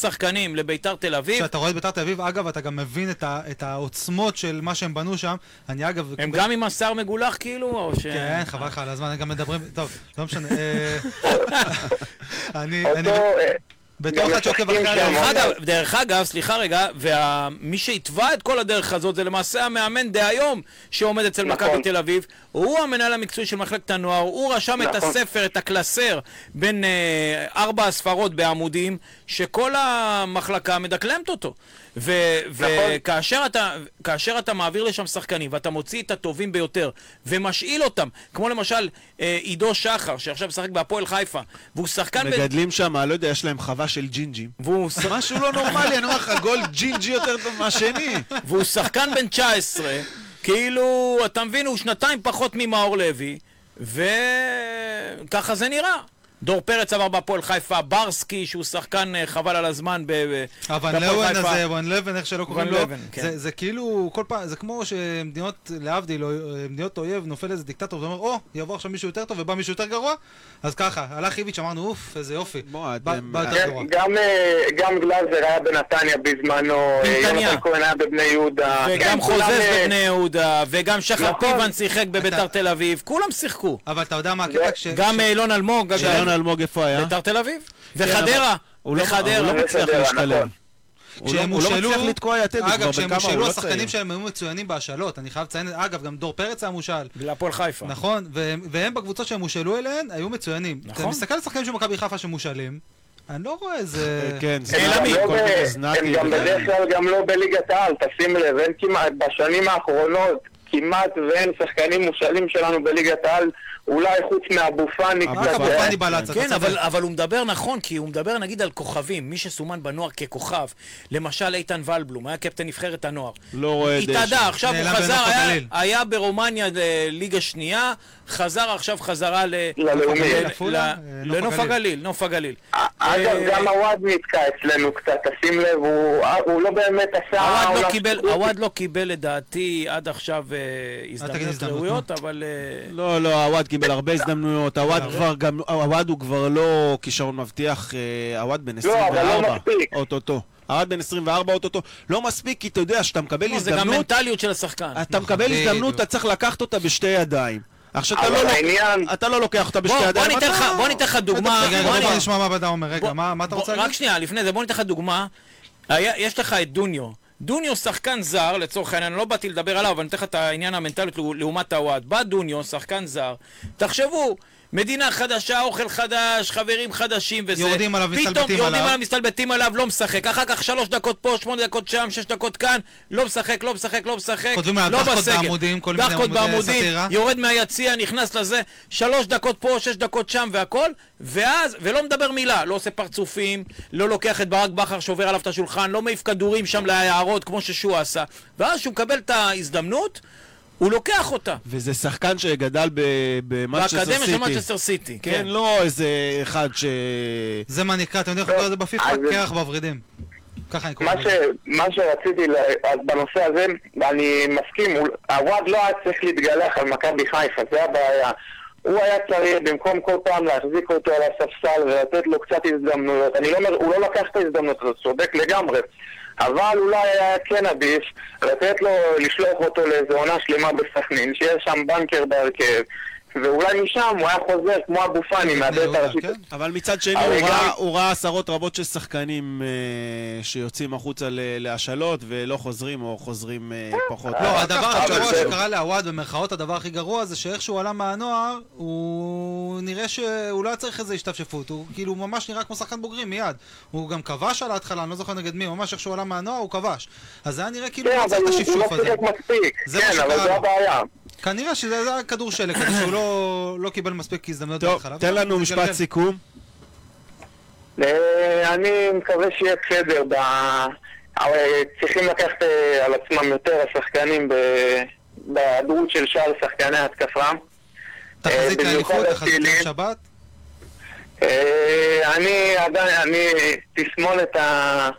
שחקנים לביתר תל אביב.
כשאתה רואה את בית"ר תל אביב, אגב, אתה גם מבין את ה- את העוצמות של מה שהם בנו שם. אני אגב...
הם גם עם השר מגולח כאילו, או ש...
כן, חבל
*laughs*
לך על הזמן, הם גם מדברים... טוב, לא משנה. אה, אני... אני-
אותו, אה,
בתור אחד שעוקב
משחקים
אחרי
שם.
הלאומית.
דרך אגב, דרך אגב, סליחה רגע, ומי שהתווה את כל הדרך הזאת זה למעשה המאמן דהיום שעומד אצל
נכון.
מכבי תל אביב. הוא המנהל המקצועי של מחלקת הנוער, הוא רשם את
נכון.
הספר, את הקלסר, בין אה, ארבע הספרות בעמודים, שכל המחלקה מדקלמת אותו. ו- וכאשר אתה, כאשר אתה מעביר לשם שחקנים ואתה מוציא את הטובים ביותר ומשאיל אותם, כמו למשל אה, עידו שחר, שעכשיו משחק בהפועל חיפה, והוא שחקן... ב-
מגדלים שם, לא יודע, יש להם חווה של ג'ינג'ים.
והוא ש-
משהו לא נורמלי, אני אומר לך, גול ג'ינג'י יותר טוב מהשני.
והוא שחקן בן 19, כאילו, אתה מבין, הוא שנתיים פחות ממאור לוי, וככה זה נראה. דור פרץ עבר בהפועל חיפה, ברסקי, שהוא שחקן אה, חבל על הזמן ב... ב-
הוואן
בהפועל
לאוון
חיפה.
הזה, וואן לבן, איך שלא קוראים
ון
לו,
לבן, כן.
זה- זה כאילו, כל פעם, זה כמו שמדינות, להבדיל, או, אה, מדינות אויב, נופל איזה דיקטטור, ואומר, או, יבוא עכשיו מישהו יותר טוב ובא מישהו יותר גרוע, אז ככה, הלך איביץ', אמרנו, אוף, איזה יופי,
בוא,
בא
אתם-
בא יותר
כן,
גרוע.
גם, אה, גם גלאזר היה בנתניה בזמנו, אה,
בנתניה.
יונתן כהן היה בבני יהודה.
וגם
כן, כולם,
חוזז
אה,
בבני יהודה, וגם שחר
נכון.
פיבן שיחק בביתר
אתה-
תל אביב, כולם שיחקו.
אבל אתה יודע מה הקטע? כש-
גם
כש-
אה, אילון אלמוג, אגב,
*laughs* כן, שאלון אלמוג איפה היה?
ביתר תל אביב.
אבל
וחדרה,
הוא לא- הוא
אה,
וחדרה.
לא מצליח
וחדרה,
להשתלם.
נכון.
הוא לא-
כשהם
הוא לא
הושאלו,
מצליח לתקוע יתד, הוא כבר
אגב, כשהם
בכמה,
הושאלו,
הוא לא
השחקנים
צעיר.
שלהם היו מצוינים בהשאלות, אני חייב לציין, אגב, גם דור פרץ היה מושאל.
להפועל חיפה.
נכון, והם, והם בקבוצות שהם הושאלו אליהן, היו מצוינים. נכון.
נכון.
אתה מסתכל על שחקנים של מכבי חיפה שמושאלים, אני לא רואה איזה...
*laughs*
כן,
הם גם
זנתי,
לא
כל
ב-
מיני
הם
זנתי.
גם
וכאלה.
בדרך כלל גם לא בליגת העל, תשים לב, אין כמעט, בשנים האחרונות כמעט ואין שחקנים מושאלים שלנו בליגת העל, אולי חוץ מאבו פאני
אבו
רק
קצת. אה,
פאני.
הבופני בלץ, אתה
כן,
צודק.
אבל, אבל הוא מדבר נכון, כי הוא מדבר נגיד על כוכבים, מי שסומן בנוער ככוכב, למשל איתן ולבלום, היה קפטן נבחרת הנוער.
לא רואה דשא.
התאדה, עכשיו הוא
נעלם
חזר,
בנוף
היה,
הגליל.
היה ברומניה אה, ליגה שנייה, חזר עכשיו חזרה ל...
ללאומי.
ל-
עפולה?
ל-
אה, נוף
לנוף
הגליל.
הגליל, נוף הגליל.
אגב,
אה,
גם עווד נתקע אצלנו קצת, תשים לב, הוא- הוא לא באמת עשה...
אה,
עווד לא
עולם-
קיבל, עווד לא קיבל לדעתי עד עכשיו אה,
תגיד
הזדמנויות
הזדמנות,
ראויות, אבל... אה,
לא, לא, עווד קיבל הרבה הזדמנויות, עווד
אבל-
כבר גם, עווד הוא כבר לא כישרון מבטיח, אה, עווד בן
לא, אבל לא
24,
מספיק.
אוטוטו. עווד בן 24, אוטוטו. לא מספיק, כי אתה יודע, שאתה מקבל
לא, זה גם
הזדמנות,
מנטליות של השחקן.
אתה מקבל
בדיוק.
הזדמנות, אתה צריך לקחת אותה בשתי ידיים. עכשיו, אתה לא
אבל
לוק-
העניין...
אתה לא לוקח אותה בשתי
בוא, בוא
ידיים.
ניתן
אתה-
לך, בוא ניתן לך דוגמה.
רגע,
בוא
רגע, בוא
אני-
נשמע מה בדה אומר. רגע,
בוא-
מה מה אתה
בוא-
רוצה
רק
להגיד?
שנייה, לפני זה, בוא ניתן לך דוגמה. היה, יש לך את דוניו. דוניו שחקן זר, לצורך העניין, לא באתי לדבר עליו, אבל אני אתן לך את העניין המנטליות לעו- לעומת הוואד. בא דוניו, שחקן זר, תחשבו, מדינה חדשה, אוכל חדש, חברים חדשים וזה.
יורדים עליו,
פתאום
מסתלבטים
יורדים
עליו.
עליו, מסתלבטים עליו, לא משחק. אחר כך שלוש דקות פה, שמונה דקות שם, שש דקות כאן, לא משחק, לא משחק, לא משחק.
כותבים עליו
לא
דחקות
בסגל.
בעמודים, כל מיני
דחקות
עמודי
בעמודים,
סאטירה.
יורד מהיציע, נכנס לזה, שלוש דקות פה, שש דקות שם והכל, ואז, ולא מדבר מילה, לא עושה פרצופים, לא לוקח את ברק בכר שעובר עליו את השולחן, לא מעיף כדורים שם ליערות כמו ששועה עשה, ואז כשהוא מקבל את ההזדמנות, הוא לוקח אותה.
וזה שחקן שגדל ב- במנצ'סטר
באקדמיה של
סיטי.
מנצ'סטר סיטי,
כן,
כן.
לא איזה אחד ש...
זה מה נקרא, אתם יודעים איך קוראים לזה בפיפ"א?
אז-
קרח בוורידים. ככה אני קורא
לא, מה, ש,
לזה.
מה שרציתי, לה- אז בנושא הזה, אני מסכים, הוא- הוואד לא היה צריך להתגלח על מכבי חיפה, זה הבעיה. הוא היה צריך, במקום כל פעם להחזיק אותו על הספסל ולתת לו קצת הזדמנויות, אני לא אומר, הוא לא לקח את ההזדמנות הזאת, צודק לגמרי. אבל אולי היה כן עדיף לתת לו, לשלוח אותו לאיזו עונה שלמה בסכנין, שיש שם בנקר בהרכב, ואולי משם הוא היה חוזר כמו אבו פאני מהדלת
יהודה,
הראשית.
כן.
אבל מצד שני,
אבל
הוא,
גם-
ראה, הוא ראה עשרות רבות של שחקנים אה, שיוצאים החוצה ל- להשאלות ולא חוזרים, או חוזרים אה, פחות.
לא,
אה,
הדבר
אבל
הכי גרוע
זה-
שקרה לעווד, במרכאות הדבר הכי גרוע, זה שאיך שהוא עלה מהנוער, הוא נראה שהוא לא היה צריך איזה השתפשפות, הוא כאילו ממש נראה כמו שחקן בוגרים מיד. הוא גם כבש על ההתחלה, אני לא זוכר נגד מי, ממש איך שהוא עלה מהנוער, הוא כבש. אז זה היה נראה כאילו
כן,
הוא לא
אבל
צריך את
הוא הוא לא
השפשוף הזה.
שיחק מספיק,
זה מה
כן, אבל
שקרה
זה
לו.
הבעיה.
כנראה שזה זה היה כדור שלג, כזה שהוא לא- לא קיבל מספיק הזדמנויות
טוב,
בהתחלה.
תן לנו
וזה
משפט
התגלגל.
סיכום.
אה, אני מקווה שיהיה בסדר. ב... אבל צריכים לקחת אה, על עצמם יותר השחקנים ב... בהיעדרות של שאר שחקני ההתקפה.
תחזית
אה,
לאליפות,
במיוחד
תחזית
הטילים.
לשבת.
אה, אני עדיין, אני תסמונת ה...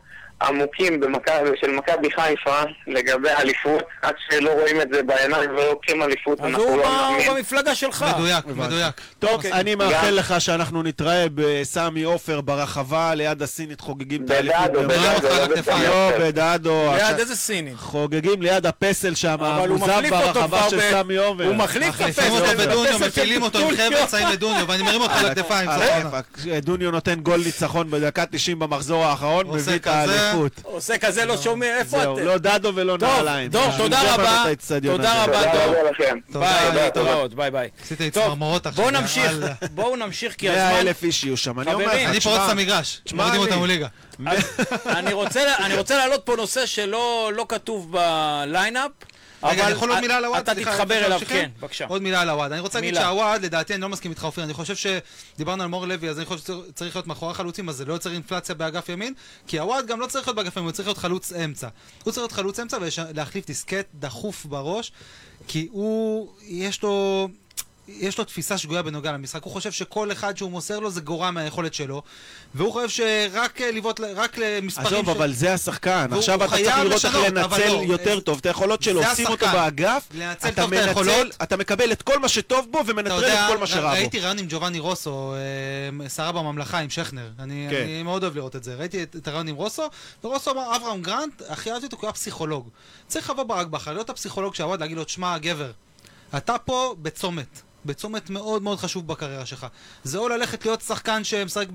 עמוקים במכבי- של מכבי חיפה לגבי אליפות, עד שלא רואים את זה בעיניים ולא לוקחים אליפות,
אז
אנחנו
הוא
לא
מה- הוא
נאמין.
במפלגה שלך.
אה,
מדויק, מדויק.
טוב,
אוקיי.
אני מאחל לך שאנחנו נתראה בסמי עופר ברחבה ליד הסינית חוגגים את האליפות.
בדדו,
במאי.
בדדו,
על
בדדו,
הכתפיים.
בדדו.
לא, בדדו.
ליד
הש-
איזה סיני.
חוגגים ליד הפסל שם,
אבל הוא
המוזב
מחליף אותו
ברחבה
כבר
של
ב-
סמי עופר.
הוא מחליף את
מחליפים
הפסל.
אותו בדוניו,
הפסל של
מפילים אותו עם
דוניו.
חבל, צעים לדוניו, ואני מרים
אה,
אותו על הכתפיים.
על
סבבה.
הכיפאק. דוניו נותן גול ניצחון בדקה 90 במחזור האחרון,
עושה
מביא את
כזה.
האליפות.
עושה כזה לא שומע, איפה
זהו,
אתם?
לא דדו ולא
טוב,
נעליים.
דור,
בשביל
תודה
זה
רבה.
בנו את האצטדיון
תודה
הזה.
רבה.
תודה
בדור.
רבה לכם.
ביי,
תודה,
להתראות, ביי ביי.
עשית לי
טוב,
צמרמורות עכשיו.
בואו נמשיך,
יאללה.
בואו נמשיך כי
100
הזמן...
אלף איש יהיו שם, אני
חברים,
אומר לך,
אני
אה, תשמע,
פורץ את המגרש,
תשמע,
מורידים
אני-
אותנו ליגה.
*laughs* אני רוצה- אני רוצה להעלות פה נושא שלא לא כתוב בליינאפ, אבל...
רגע, אני יכול עוד
את-
מילה על הוואד?
אתה
סליחה,
תתחבר
אפשר
אליו,
להמשיך?
כן, בבקשה.
עוד מילה על הוואד. אני רוצה להגיד
מילה.
שהוואד, לדעתי, אני לא מסכים איתך, אופיר. אני חושב שדיברנו על מור לוי, אז אני חושב שצריך להיות מאחורי החלוצים, אז זה לא יוצר אינפלציה באגף ימין, כי הוואד גם לא צריך להיות באגף ימין, הוא צריך להיות חלוץ אמצע. הוא צריך להיות חלוץ אמצע ולהחליף דיסקט דחוף בראש, כי הוא, יש לו... יש לו תפיסה שגויה בנוגע למשחק, הוא חושב שכל אחד שהוא מוסר לו זה גורע מהיכולת שלו והוא חושב שרק אה, לבעוט, ל- רק למספרים
עזוב,
ש-
אבל זה השחקן,
והוא-
עכשיו
הוא
אתה צריך
חייב
לראות איך
לשנות, אבל
לנצל
לא,
יותר
אז-
טוב את היכולות שלו,
זה
שים אותו
השחקן.
באגף,
לנצל
אתה
טוב את
מנצל-
היכולות.
אתה מקבל את כל מה שטוב בו
אתה
ומנטרל
יודע,
את כל מה
ר-
שרע בו.
ראיתי רעיון עם ג'ובאני רוסו, אה, שרה בממלכה עם שכנר. אני,
כן.
אני מאוד אוהב לראות את זה. ראיתי את, את הרעיון עם רוסו, ורוסו אמר, אברהם גרנט, הכי אהבתי אותו, כי הוא היה פסיכולוג. צריך לבוא ברק בכר, להיות הפסיכולוג של הוואד, להגיד לו, תשמע, גבר, אתה פה בצומת. בצומת מאוד מאוד חשוב בקריירה שלך. זה או ללכת להיות שחקן שמשחק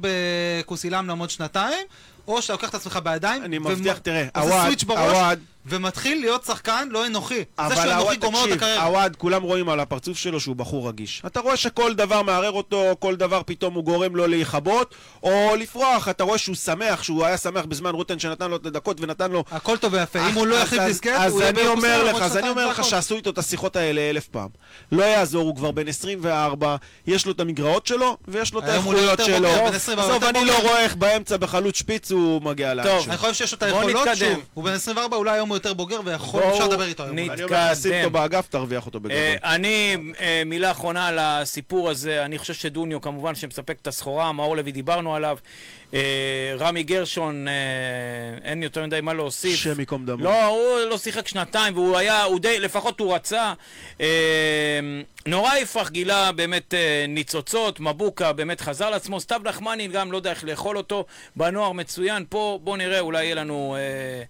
בכוסילם למוד שנתיים, או שאתה לוקח את עצמך בידיים,
אני
ומ-
מבטיח, תראה,
עושה
עווד,
סוויץ' בראש,
עווד.
ומתחיל להיות שחקן לא אנוכי. זה
אבל
שהוא
עווד,
אנוכי גומר לו את
תקשיב,
הקריירה.
עווד, כולם רואים על הפרצוף שלו שהוא בחור רגיש. אתה רואה שכל דבר מערער אותו, כל דבר פתאום הוא גורם לו להיכבות, או לפרוח, אתה רואה שהוא שמח, שהוא היה שמח בזמן רוטן שנתן לו את הדקות ונתן לו...
הכל טוב ויפה, אם
אז-
הוא לא
אז-
יחליף
אז-
דיסקט,
אז
הוא יהיה
אני אומר לך,
בקופסה
אז
עוד
אני
שנתיים,
אומר
זה
לך
הכל.
שעשו איתו את השיחות האלה אלף פעם. לא יעזור, הוא כבר בן 24, יש לו את המגרעות שלו, ויש לו את
היום הוא לא
האיכויות
יותר
שלו.
בוגר, בן 24,
עזוב,
יותר
אני
בוגר.
לא רואה איך באמצע בחלוץ שפיץ הוא מגיע לאנשהו.
אני חושב שיש לו את
בוא
היכולות,
נתקדם.
שוב, הוא בן 24, אולי היום הוא יותר בוגר, ויכול,
בואו
אפשר לדבר איתו היום.
נ-
אולי.
אני אומר לך, שים
נתקדם.
אותו באגף, תרוויח אותו בגדול.
אה, אני, אה, מילה אחרונה על הסיפור הזה, אני חושב שדוניו כמובן שמספק את הסחורה, מאור לוי דיברנו עליו, אה, רמי גרשון, אה, אין יותר מדי מה להוסיף.
השם ייקום דמו.
לא, הוא לא שיחק שנתיים, והוא היה, הוא די, לפחות הוא רצה. אה, נורא יפרח גילה באמת אה, ניצוצות, מבוקה באמת חזר לעצמו, סתיו נחמני גם לא יודע איך לאכול אותו, בנוער מצוין, פה בוא נראה, אולי יהיה לנו... אה,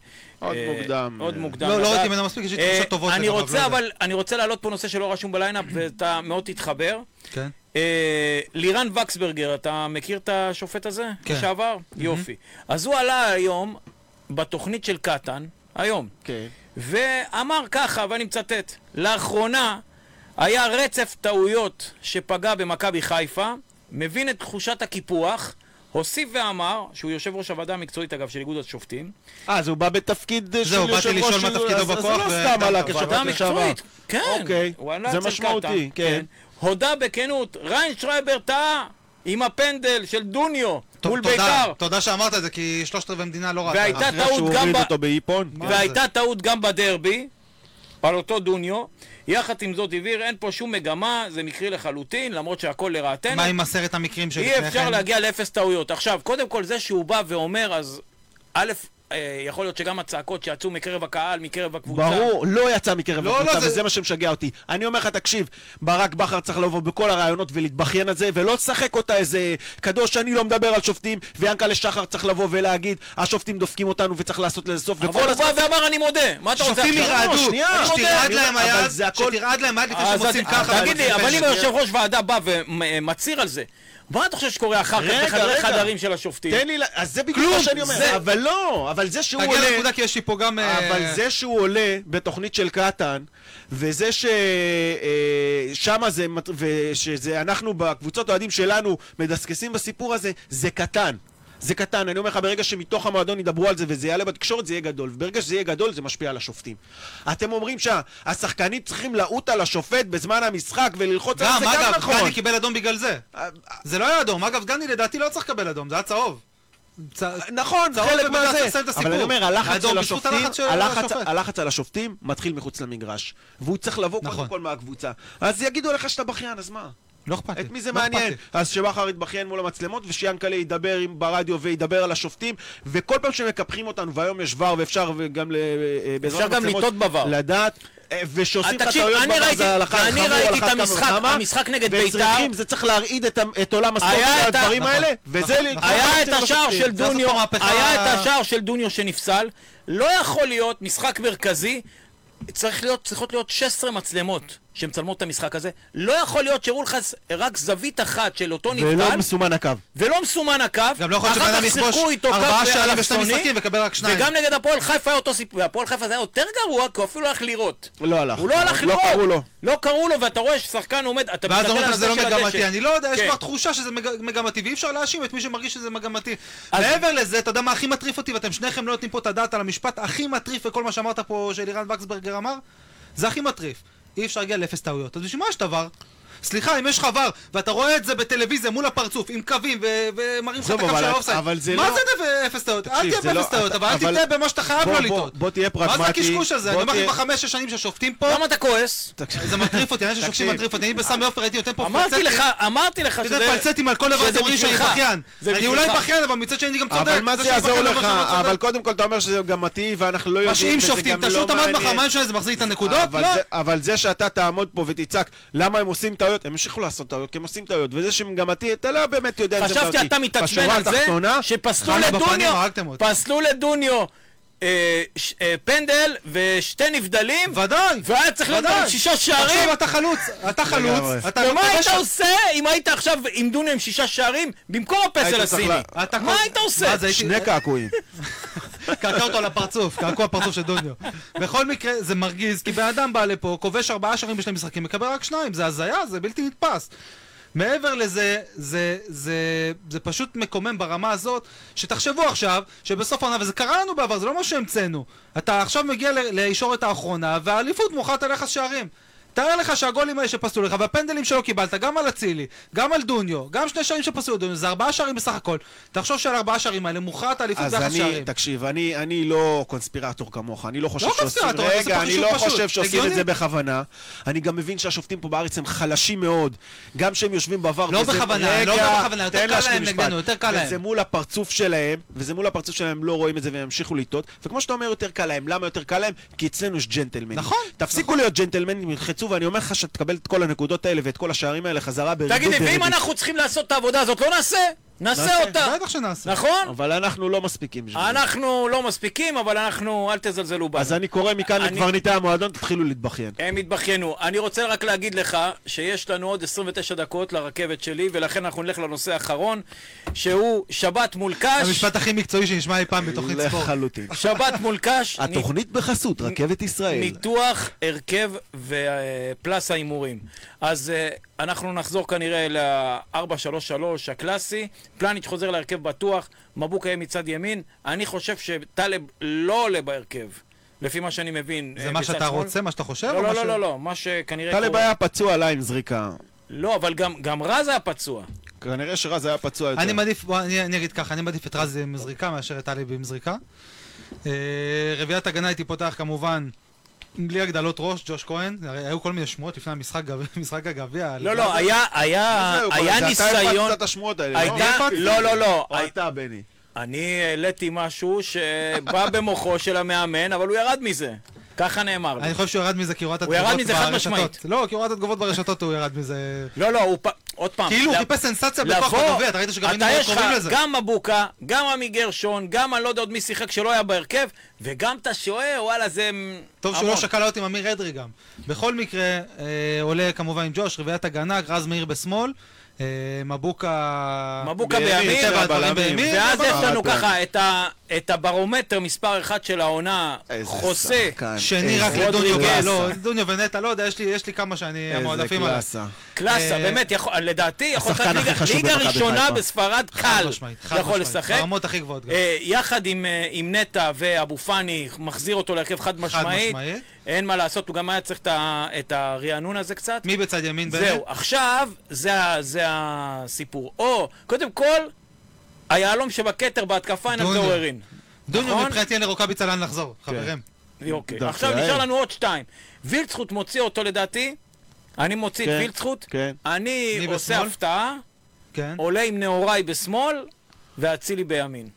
עוד
אה,
מוקדם.
עוד מוקדם.
לא, לא
לדעת.
ראיתי ממנו מספיק, יש לי
אה,
תחושות טובות
אני
לגביו, לא
רוצה,
יודע.
אבל אני רוצה להעלות פה נושא שלא רשום בליינאפ, ואתה מאוד תתחבר.
כן.
אה, לירן וקסברגר, אתה מכיר את השופט הזה?
כן.
לשעבר? יופי. אז הוא עלה היום בתוכנית של קטן, היום,
כן.
ואמר ככה, ואני מצטט: לאחרונה היה רצף טעויות שפגע במכבי חיפה, מבין את תחושת הקיפוח, הוסיף ואמר, שהוא יושב ראש הוועדה המקצועית, אגב, של איגוד השופטים,
אה, אז הוא בא בתפקיד אה, של
זהו, באתי
יושב ראש...
לשאול מה תפקידו בכוח,
אז זה לא
ו-
סתם עלה
ועדה
כשופט לשעבר.
מקצועית, כן.
אוקיי,
הוא עלה
זה
אצל
משמעותי,
קטן,
כן.
הודה בכנות, ריין שרייבר טעה עם הפנדל של דוניו
טוב,
מול
תודה,
בית"ר.
תודה שאמרת את זה, כי שלושת רבעי מדינה לא ראתה.
והייתה-
אחרי
טעות
שהוא
גם
הוריד
ב-
אותו באיפון.
מה?
והייתה טעות גם בדרבי, על אותו דוניו. יחד עם זאת הבהיר, אין פה שום מגמה, זה מקרי לחלוטין, למרות שהכל לרעתנו.
מה עם עשרת המקרים שלפני
אי
כן?
אפשר להגיע לאפס טעויות. עכשיו, קודם כל זה שהוא בא ואומר, אז א', אה, יכול להיות שגם הצעקות שיצאו מקרב הקהל, מקרב הקבוצה.
ברור, לא יצא מקרב
לא,
הקבוצה,
לא, זה-
וזה מה שמשגע אותי. אני אומר לך, תקשיב, ברק בכר צריך לבוא בכל הרעיונות ולהתבכיין על זה, ולא לשחק אותה איזה קדוש, אני לא מדבר על שופטים, ויענקלה שחר צריך לבוא ולהגיד, השופטים דופקים אותנו וצריך לעשות לזה סוף,
אבל
וכל
הוא בא
הזמן...
ואמר, אני מודה. מה אתה רוצה
שופטים
עכשיו?
ירעדו.
ירעדו,
לא, שנייה, אני
שתרעד
מודה.
להם
אבל
היד,
זה הכל-
שתרעד להם היד לפני
אז
שהם עושים
אתה-
ככה.
תגיד לי,
אבל
אבל
זה
אם
פשע.
יושב ראש ועדה בא ומצהיר על זה, מה אתה חושב שקורה אחר כך
רגע,
בחדרי
רגע.
חדרים של השופטים?
תן לי... לה- אז זה בדיוק
כלום,
מה שאני אומר.
זה-
אבל לא, אבל זה שהוא
תגיע
עולה...
לנקודה, כי יש לי פה גם... אה,
אבל זה שהוא עולה בתוכנית של קטן, וזה ששם זה, מת- ושזה אנחנו בקבוצות האוהדים שלנו מדסקסים בסיפור הזה, זה קטן. זה קטן, אני אומר לך, ברגע שמתוך המועדון ידברו על זה וזה יעלה בתקשורת, זה יהיה גדול. וברגע שזה יהיה גדול, זה משפיע על השופטים. אתם אומרים שהשחקנים צריכים לעוט על השופט בזמן המשחק וללחוץ על
גם,
זה, גם
אגב,
נכון.
גני קיבל אדום בגלל זה.
אה,
זה לא היה אדום. אגב, גני לדעתי לא צריך לקבל אדום, זה היה צהוב. צ-
נכון,
צהוב
חלק
ובגלל זה
מהזה.
תסיים את
אבל אני
הסיפור.
אומר, הלחץ
האדום
של
בזכות
השופטים,
הלחץ של
הלחץ-
השופט.
הלחץ על השופטים מתחיל מחוץ למגרש. והוא צריך לבוא
נכון.
קודם כל מהקבוצה. אז יגידו לך שאתה בכיין, אז מה?
לא אכפת לי.
את מי זה
לא אכפת
מעניין?
לי.
אז שבכר יתבכיין מול המצלמות, ושיאנקל'ה ידבר עם- ברדיו וידבר על השופטים, וכל פעם שמקפחים אותנו, והיום יש ור ואפשר גם ל- אה, בעזרת
אפשר גם
המצלמות
לטעות בVAR.
לדעת, אה, ושעושים לך
תקשיב,
טעויות
אני
בVAR
ראיתי-
זה הלכה
אני
לחמור,
ראיתי
הלכה
את
כמה
המשחק-
וכמה,
המשחק נגד
וצריכים-
בית"ר.
זה צריך להרעיד את ה- את עולם הספורט
היה את ה-
והדברים
נכון,
האלה, וזה...
נכון,
ל-
נכון.
היה את
זה
השער
השופטים.
של
זה
דוניו,
לעשות מהפכה-
היה את השער של דוניו שנפסל. לא יכול להיות משחק מרכזי, צריך להיות, צריכות להיות 16 מצלמות שמצלמות את המשחק הזה. לא יכול להיות שהראו לך ז- רק זווית אחת של אותו
ולא
נפסל,
מסומן הקו.
ולא מסומן הקו.
גם לא יכול להיות
אחר
שבן אדם
כך
יכבוש
שיחקו איתו
ארבעה
קו
שערים ושני
באלכסוני,
משחקים ויקבל רק שניים.
וגם נגד הפועל חיפה היה אותו סיפור. והפועל חיפה זה היה יותר גרוע, כי הוא אפילו לא הלך לראות.
לא הלך.
הוא לא הלך לראות.
לא קראו לו.
לא קראו לו, ואתה רואה ששחקן עומד, אתה
ואז
מסתכל
אומרים
על
לך זה לא
הזה של
מגמתי,
הדשא.
אני לא יודע, יש
כן.
כבר תחושה שזה מג- מגמתי, ואי אפשר להאשים את מי שמרגיש שזה מגמתי. מעבר לזה, אתה יודע מה הכי מטריף אותי, ואתם שניכם לא נותנים פה את הדעת על המשפט הכי מטריף וכל מה שאמרת פה, שאלירן וקסברגר אמר, זה הכי מטריף. אי אפשר להגיע לאפס טעויות. אז בשביל מה יש דבר? סליחה, אם יש לך ור, ואתה רואה את זה בטלוויזיה מול הפרצוף, עם קווים, ו- ומראים לך את
עזוב,
הקו של
לא, אבל-
האופסייד.
אבל זה
מה
לא-
זה דף- אפס טעויות? אל
תקשיב,
תהיה
זה לא-
באפס טעויות,
אתה-
אבל אל
אבל-
תטעה במה שאתה חייב
בוא-
לא
בוא-
לטעות.
בוא תהיה
מה זה
פרגמטי,
הקשקוש הזה? אני
בוא
אומר לך,
תהיה-
בחמש, שש שנים ששופטים פה...
למה אתה כועס?
זה מטריף אותי, אני חושב ששופטים
תקשיב.
מטריף אותי, אני בסמי עופר הייתי נותן פה
אמרתי לך, אמרתי לך
אתה יודע, פלצטים על כל דבר, אתם
שזה
אומרים שאני
בשבילך.
בכיין.
זה
אני אולי
בשבילך.
בכיין, אבל מצד שני אני גם צודק.
אבל מה זה
שאני
יעזור
בכיין לא אומר
לך?
שאני לא צודק.
אבל קודם כל אתה אומר שזה מגמתי, ואנחנו לא יודעים,
משעים
וזה
שופטים,
גם לא
תשאיר את המד
מעניין.
בחמיים שלהם, זה מחזיק את הנקודות?
אבל
לא.
זה- אבל זה שאתה תעמוד פה ותצעק למה הם עושים טעויות, הם המשיכו לעשות טעויות כי הם עושים טעויות, וזה שמגמתי, אתה לא באמת יודע אם זה
חשבתי
מגמתי.
אתה מתעצבן
בשורה
על זה
התחתונה,
שפסלו
חנה בפנים,
לדוניו,
הרגתם אותי.
פסלו לדוניו אה, ש- אה, פנדל ושתי נבדלים,
ודאי.
והיה צריך להיות
ודאי.
גם שישה שערים.
עכשיו אתה חלוץ, אתה
לגמרי.
חלוץ, אתה
ומה
אתה
היית
שם.
עושה אם היית עכשיו עם דוניו עם שישה שערים במקום
היית
הפסל
צריך
הסיני?
לה-
אתה
מה
כל-
היית עושה?
מה זה, הייתי-
שני קעקועים.
קעקע אותו על הפרצוף, קעקוע הפרצוף של דוניו. בכל מקרה, זה מרגיז, כי בן אדם בא לפה, כובש ארבעה שערים בשני משחקים, מקבל רק שניים, זה הזיה, זה בלתי נתפס. מעבר לזה, זה, זה, זה פשוט מקומם ברמה הזאת, שתחשבו עכשיו, שבסוף העונה, וזה קרה לנו בעבר, זה לא משהו שהמצאנו. אתה עכשיו מגיע ל- לישורת האחרונה, והאליפות מוכרת על יחס שערים. תאר לך שהגולים האלה שפסלו לך, והפנדלים שלא קיבלת, גם על אצילי, גם על דוניו, גם שני שערים שפסלו לדוניו, זה ארבעה שערים בסך הכל. תחשוב שעל ארבעה שערים האלה מוכרת האליפות
אז
ביחס שערים.
אני, תקשיב, אני אני לא קונספירטור כמוך, אני לא חושב
לא
שעושים...
קונספירטור, אני עושה
רגע,
פה
אני
חישוב
לא
פשוט.
חושב שעושים את
הגיוני.
זה בכוונה. אני גם מבין שהשופטים פה בארץ הם חלשים מאוד. גם כשהם יושבים בעבר...
לא בכוונה, לא בכוונה, יותר
תן
קל
להשלים
להם
משפט.
נגדנו, יותר קל להם.
וזה מול הפרצוף שלהם, וזה מול הפרצוף שלהם, הם לא רואים את זה והם ימשיכו לטעות. וכמו שאתה אומר, יותר קל להם. למה יותר קל להם? כי אצלנו יש ג'נטלמנים.
נכון,
תפסיקו להיות ג'נטלמנים, ילחצו, ואני אומר לך שתקבל את כל הנקודות האלה ואת כל השערים האלה חזרה ברדות
תגיד לי, ואם
דרדית.
אנחנו צריכים לעשות את העבודה הזאת, לא נעשה? נעשה אותה,
בטח שנעשה.
נכון?
אבל אנחנו לא מספיקים בשביל זה.
אנחנו לא מספיקים, אבל אנחנו, אל תזלזלו בנו.
אז אני קורא מכאן
אני-
לקברניטי המועדון, תתחילו להתבכיין.
הם התבכיינו. אני רוצה רק להגיד לך שיש לנו עוד 29 דקות לרכבת שלי, ולכן אנחנו נלך לנושא האחרון, שהוא שבת מול קש.
המשפט הכי מקצועי שנשמע אי פעם בתוכנית
לא,
ספורט.
לחלוטין.
שבת מול
*laughs*
קש,
התוכנית בחסות רכבת ישראל.
ניתוח הרכב ופלס ההימורים. אז אה, אנחנו נחזור כנראה ל-433 הקלאסי. פלניץ' חוזר להרכב בטוח, מבוקה יהיה מצד ימין. אני חושב שטלב לא עולה בהרכב, לפי מה שאני מבין.
זה
אה,
מה
מצד
שאתה
שמאל.
רוצה, מה שאתה חושב? או
לא,
מה
לא,
ש-
לא, לא, לא, מה שכנראה
טלב היה פצוע עליי עם זריקה.
לא, אבל גם, גם רז היה פצוע.
כנראה שרז היה פצוע יותר.
אני מעדיף, בוא, אני אני אגיד ככה, אני מעדיף את רז עם זריקה מאשר את טלי עם זריקה. אה, רביעיית הגנה הייתי פותח כמובן. בלי הגדלות ראש, ג'וש כהן, הרי היו כל מיני שמועות לפני המשחק גב- *laughs* משחק הגביע.
לא, לא, היה, היה,
זהו,
היה
זה אתה
ניסיון...
הפצת את השמועות האלה,
הייתה-
אני הפצתי.
לא, לא, לא.
או אתה, בני.
אני העליתי משהו שבא *laughs* במוחו של המאמן, אבל הוא ירד מזה. ככה נאמר לי.
אני חושב שהוא ירד מזה כי הוא ראה את
הוא
התגובות
ירד
ברשתות.
מזה חד משמעית.
לא, כי הוא ראה את התגובות ברשתות, הוא ירד מזה.
לא, לא, הוא פ... עוד פעם.
כאילו, הוא
לב-
חיפש סנסציה בכוח
לא. לבוא,
בגביע, אתה ראית שגם היינו
אתה
מאוד
יש לך
קרובים לזה.
גם מבוקה, גם עמי גרשון, גם אני לא יודע עוד מי שיחק שלא היה בהרכב, וגם אתה שוער, וואלה, זה...
טוב שהוא
המון.
לא שקל להיות עם אמיר אדרי גם. בכל מקרה, אה, עולה כמובן עם ג'וש, רביעיית הגנה, רז מאיר בשמאל, אה, מבוקה...
מבוקה
בימין,
בימין,
מטבע
והבלמים.
הדברים בימין,
ואז יש לנו
אבל-
ככה את ה- את הברומטר מספר אחת של העונה,
איזה
חוסה.
שחקן,
שני
אה,
איזה
רק לדוניו,
קלאסה.
כן, לא, דוניו ונטע, לא יודע, יש לי- יש לי כמה שאני,
איזה
המועדפים עליו.
קלאסה.
קלאסה,
אה,
באמת, יכול- לדעתי, יכול
השחקן
להיות
הכי
ליגה-
חשוב
ליגה
במכבי
ראשונה
חיפה.
בספרד
חד
קל,
משמעית, חד
יכול
משמעית,
לשחק.
ברמות הכי גבוהות גם.
אה, יחד עם, אה, עם נטע ואבו פאני, מחזיר אותו להרכב חד משמעית.
משמעית.
אין מה לעשות, הוא גם היה צריך את ה- את הרענון הזה קצת.
מי בצד ימין באמת?
זהו, נכון. עכשיו זה ה- זה הסיפור. או, קודם כל, היהלום שבכתר בהתקפה אין על זה
דוניו.
עוררין.
דוניו
נכון?
מבחינתי אין לרוקאביצה לאן
כן.
לחזור, חברים.
אוקיי.
דווקא
עכשיו
להם.
נשאר לנו עוד שתיים. וילצחוט מוציא אותו לדעתי, אני מוציא את
כן,
וילצחוט,
כן.
אני
מי
עושה
בשמאל?
הפתעה,
כן.
עולה עם נעוריי בשמאל ואצילי בימין.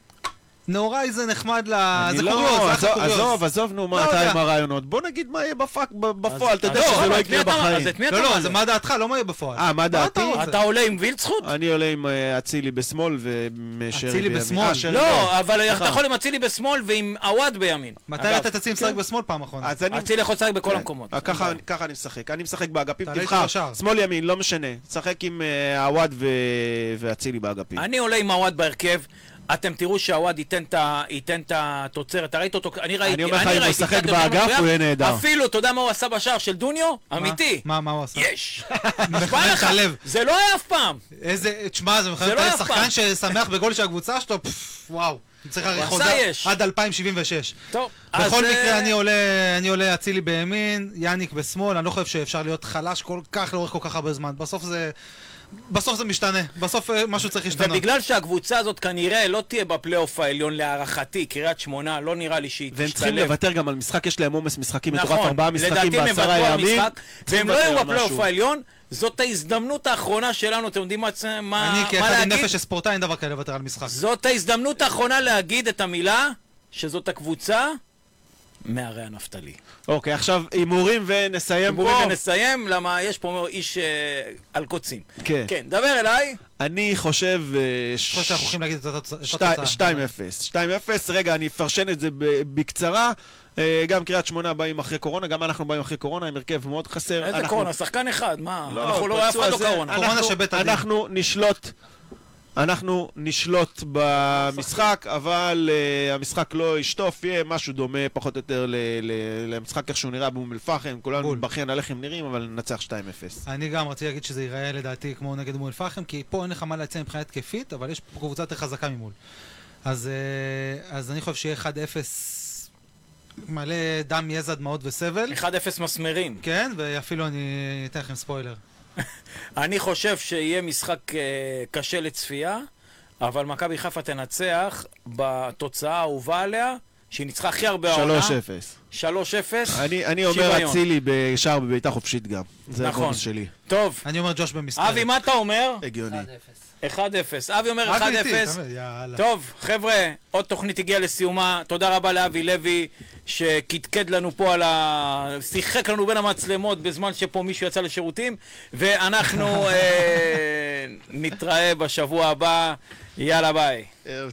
נעוריי זה נחמד ל...
אני
אה, זה
לא-
קוריוז, זה
עזוב,
קוריוז.
עזוב, עזוב, נו,
לא
מה אתה
יודע.
עם הרעיונות? בוא נגיד מה יהיה בפאק, ב- בפועל, אתה יודע
אז
שזה
סבבה,
לא
אז
יקרה
מי אתה-
בחיים.
אז את מי אתה
לא, לא,
מעלה?
זה מה דעתך, לא מה יהיה בפועל.
אה, מה דעתי?
אתה רוצה?
אתה עולה עם וילצחוט?
אני עולה עם אה, אצילי בשמאל ושרי בימין.
אצילי בשמאל.
אה, שרי בימין.
לא, אבל אתה יכול עם אצילי בשמאל ועם עווד בימין.
מתי
אגב,
אתה תצא עם שחק בשמאל פעם אחרונה?
אז אני...
אצילי יכול לשחק בכל
כן.
המקומות. אוקיי.
אה, ככה אני- ככה אני משחק. אני משחק באגפים,
תעלה איתו
תבחר.
לשער.
שמאל ימין, לא משנה. משחק עם אה, עווד ו- ואצילי באגפים.
אני עולה עם עווד בהרכב. אתם תראו שעווד ייתן את ה- ייתן את התוצרת, אתה ראית אותו, אני ראיתי,
אומר לך, אם הוא
ראיתי
ישחק
קצת יותר
באגף,
מדויק.
הוא יהיה נהדר.
אפילו, אתה יודע מה הוא עשה בשער של דוניו?
מה?
אמיתי.
מה, מה הוא עשה?
*laughs*
יש!
מחמם את הלב.
זה לא היה אף פעם!
איזה... תשמע, זה
זה
מחמם את
לא
הלב.
אף
שחקן
פעם.
ששמח בגול של הקבוצה שלו, פפפ, וואו. צריך הרי
עשה
חוזה
יש.
עד 2076.
טוב, אז,
בכל
אה,
מקרה, אני עולה- אני עולה אצילי בימין, יאניק בשמאל, אני לא חושב שאפשר להיות חלש כל כך לאורך כל כך הרבה זמן. בסוף זה... בסוף זה משתנה. בסוף אה, משהו צריך להשתנות.
ובגלל שהקבוצה הזאת כנראה לא תהיה בפלייאוף העליון להערכתי, קריית שמונה, לא נראה לי שהיא
והם צריכים
תשתלב.
לוותר גם על משחק, יש להם עומס משחקים מטורף,
נכון,
ארבעה משחקים
לדעתי הם יוותרו
בעשרה
על
ימים.
משחק,
צריכים
והם לא יהיו
לוותר על
בפלייאוף
משהו.
העליון, זאת ההזדמנות האחרונה שלנו, אתם יודעים מה מה-
אני
מה
כאחד עם
להגיד?
נפש של ספורטאי, אין דבר כזה לוותר על משחק.
זאת ההזדמנות האחרונה להגיד את המילה, שזאת הקבוצה מהרי הנפתלי.
אוקיי, עכשיו הימורים ונסיים
בואו
פה.
ונסיים, למה יש פה איש אה, על קוצים.
כן.
כן, דבר אליי.
אני חושב... אה,
אני חושב שאנחנו הולכים להגיד את אותה תוצאה.
שתי- 2-0. 2-0, רגע, אני אפרשן את זה ב- בקצרה. אה, גם קריית שמונה באים אחרי קורונה, גם אנחנו באים אחרי קורונה, עם הרכב מאוד חסר.
איזה
אנחנו-
קורונה? שחקן אחד, מה?
לא,
אנחנו לא,
פצוע
אף אחד לא
זה-
קורונה.
אנחנו-
קורונה שבית הדין.
אנחנו נשלוט. אנחנו נשלוט במשחק, אבל uh, המשחק לא ישטוף, יהיה משהו דומה פחות או יותר ל- ל- למשחק איך שהוא נראה באום אל-פחם, כולנו
בול.
נתבכיין על איך הם נראים, אבל ננצח 2-0.
אני גם רציתי להגיד שזה ייראה לדעתי כמו נגד אום אל-פחם, כי פה אין לך מה להציע מבחינה התקפית, אבל יש פה קבוצה יותר חזקה ממול. אז, אה, אז אני חושב שיהיה 1-0 מלא דם, יזע, דמעות וסבל.
1-0 מסמרים.
כן, ואפילו אני אתן לכם ספוילר.
אני חושב שיהיה משחק אה, קשה לצפייה, אבל מכבי חיפה תנצח בתוצאה האהובה עליה, שהיא ניצחה הכי הרבה העונה.
3-0.
3-0. 3-0.
אני, אני אומר
שוויון.
אצילי בשער בביתה חופשית גם. זה
נכון.
הבונוס שלי.
טוב,
אני אומר ג'וש במספר.
אבי, מה אתה אומר?
הגיוני.
1-0. אבי אומר 1-0.
אבי איתי, תמיד, יאללה.
טוב, חבר'ה, עוד תוכנית הגיעה לסיומה. תודה רבה לאבי לוי, שקדקד לנו פה על ה... שיחק לנו בין המצלמות בזמן שפה מישהו יצא לשירותים, ואנחנו אה, נתראה בשבוע הבא. יאללה, ביי.
אה,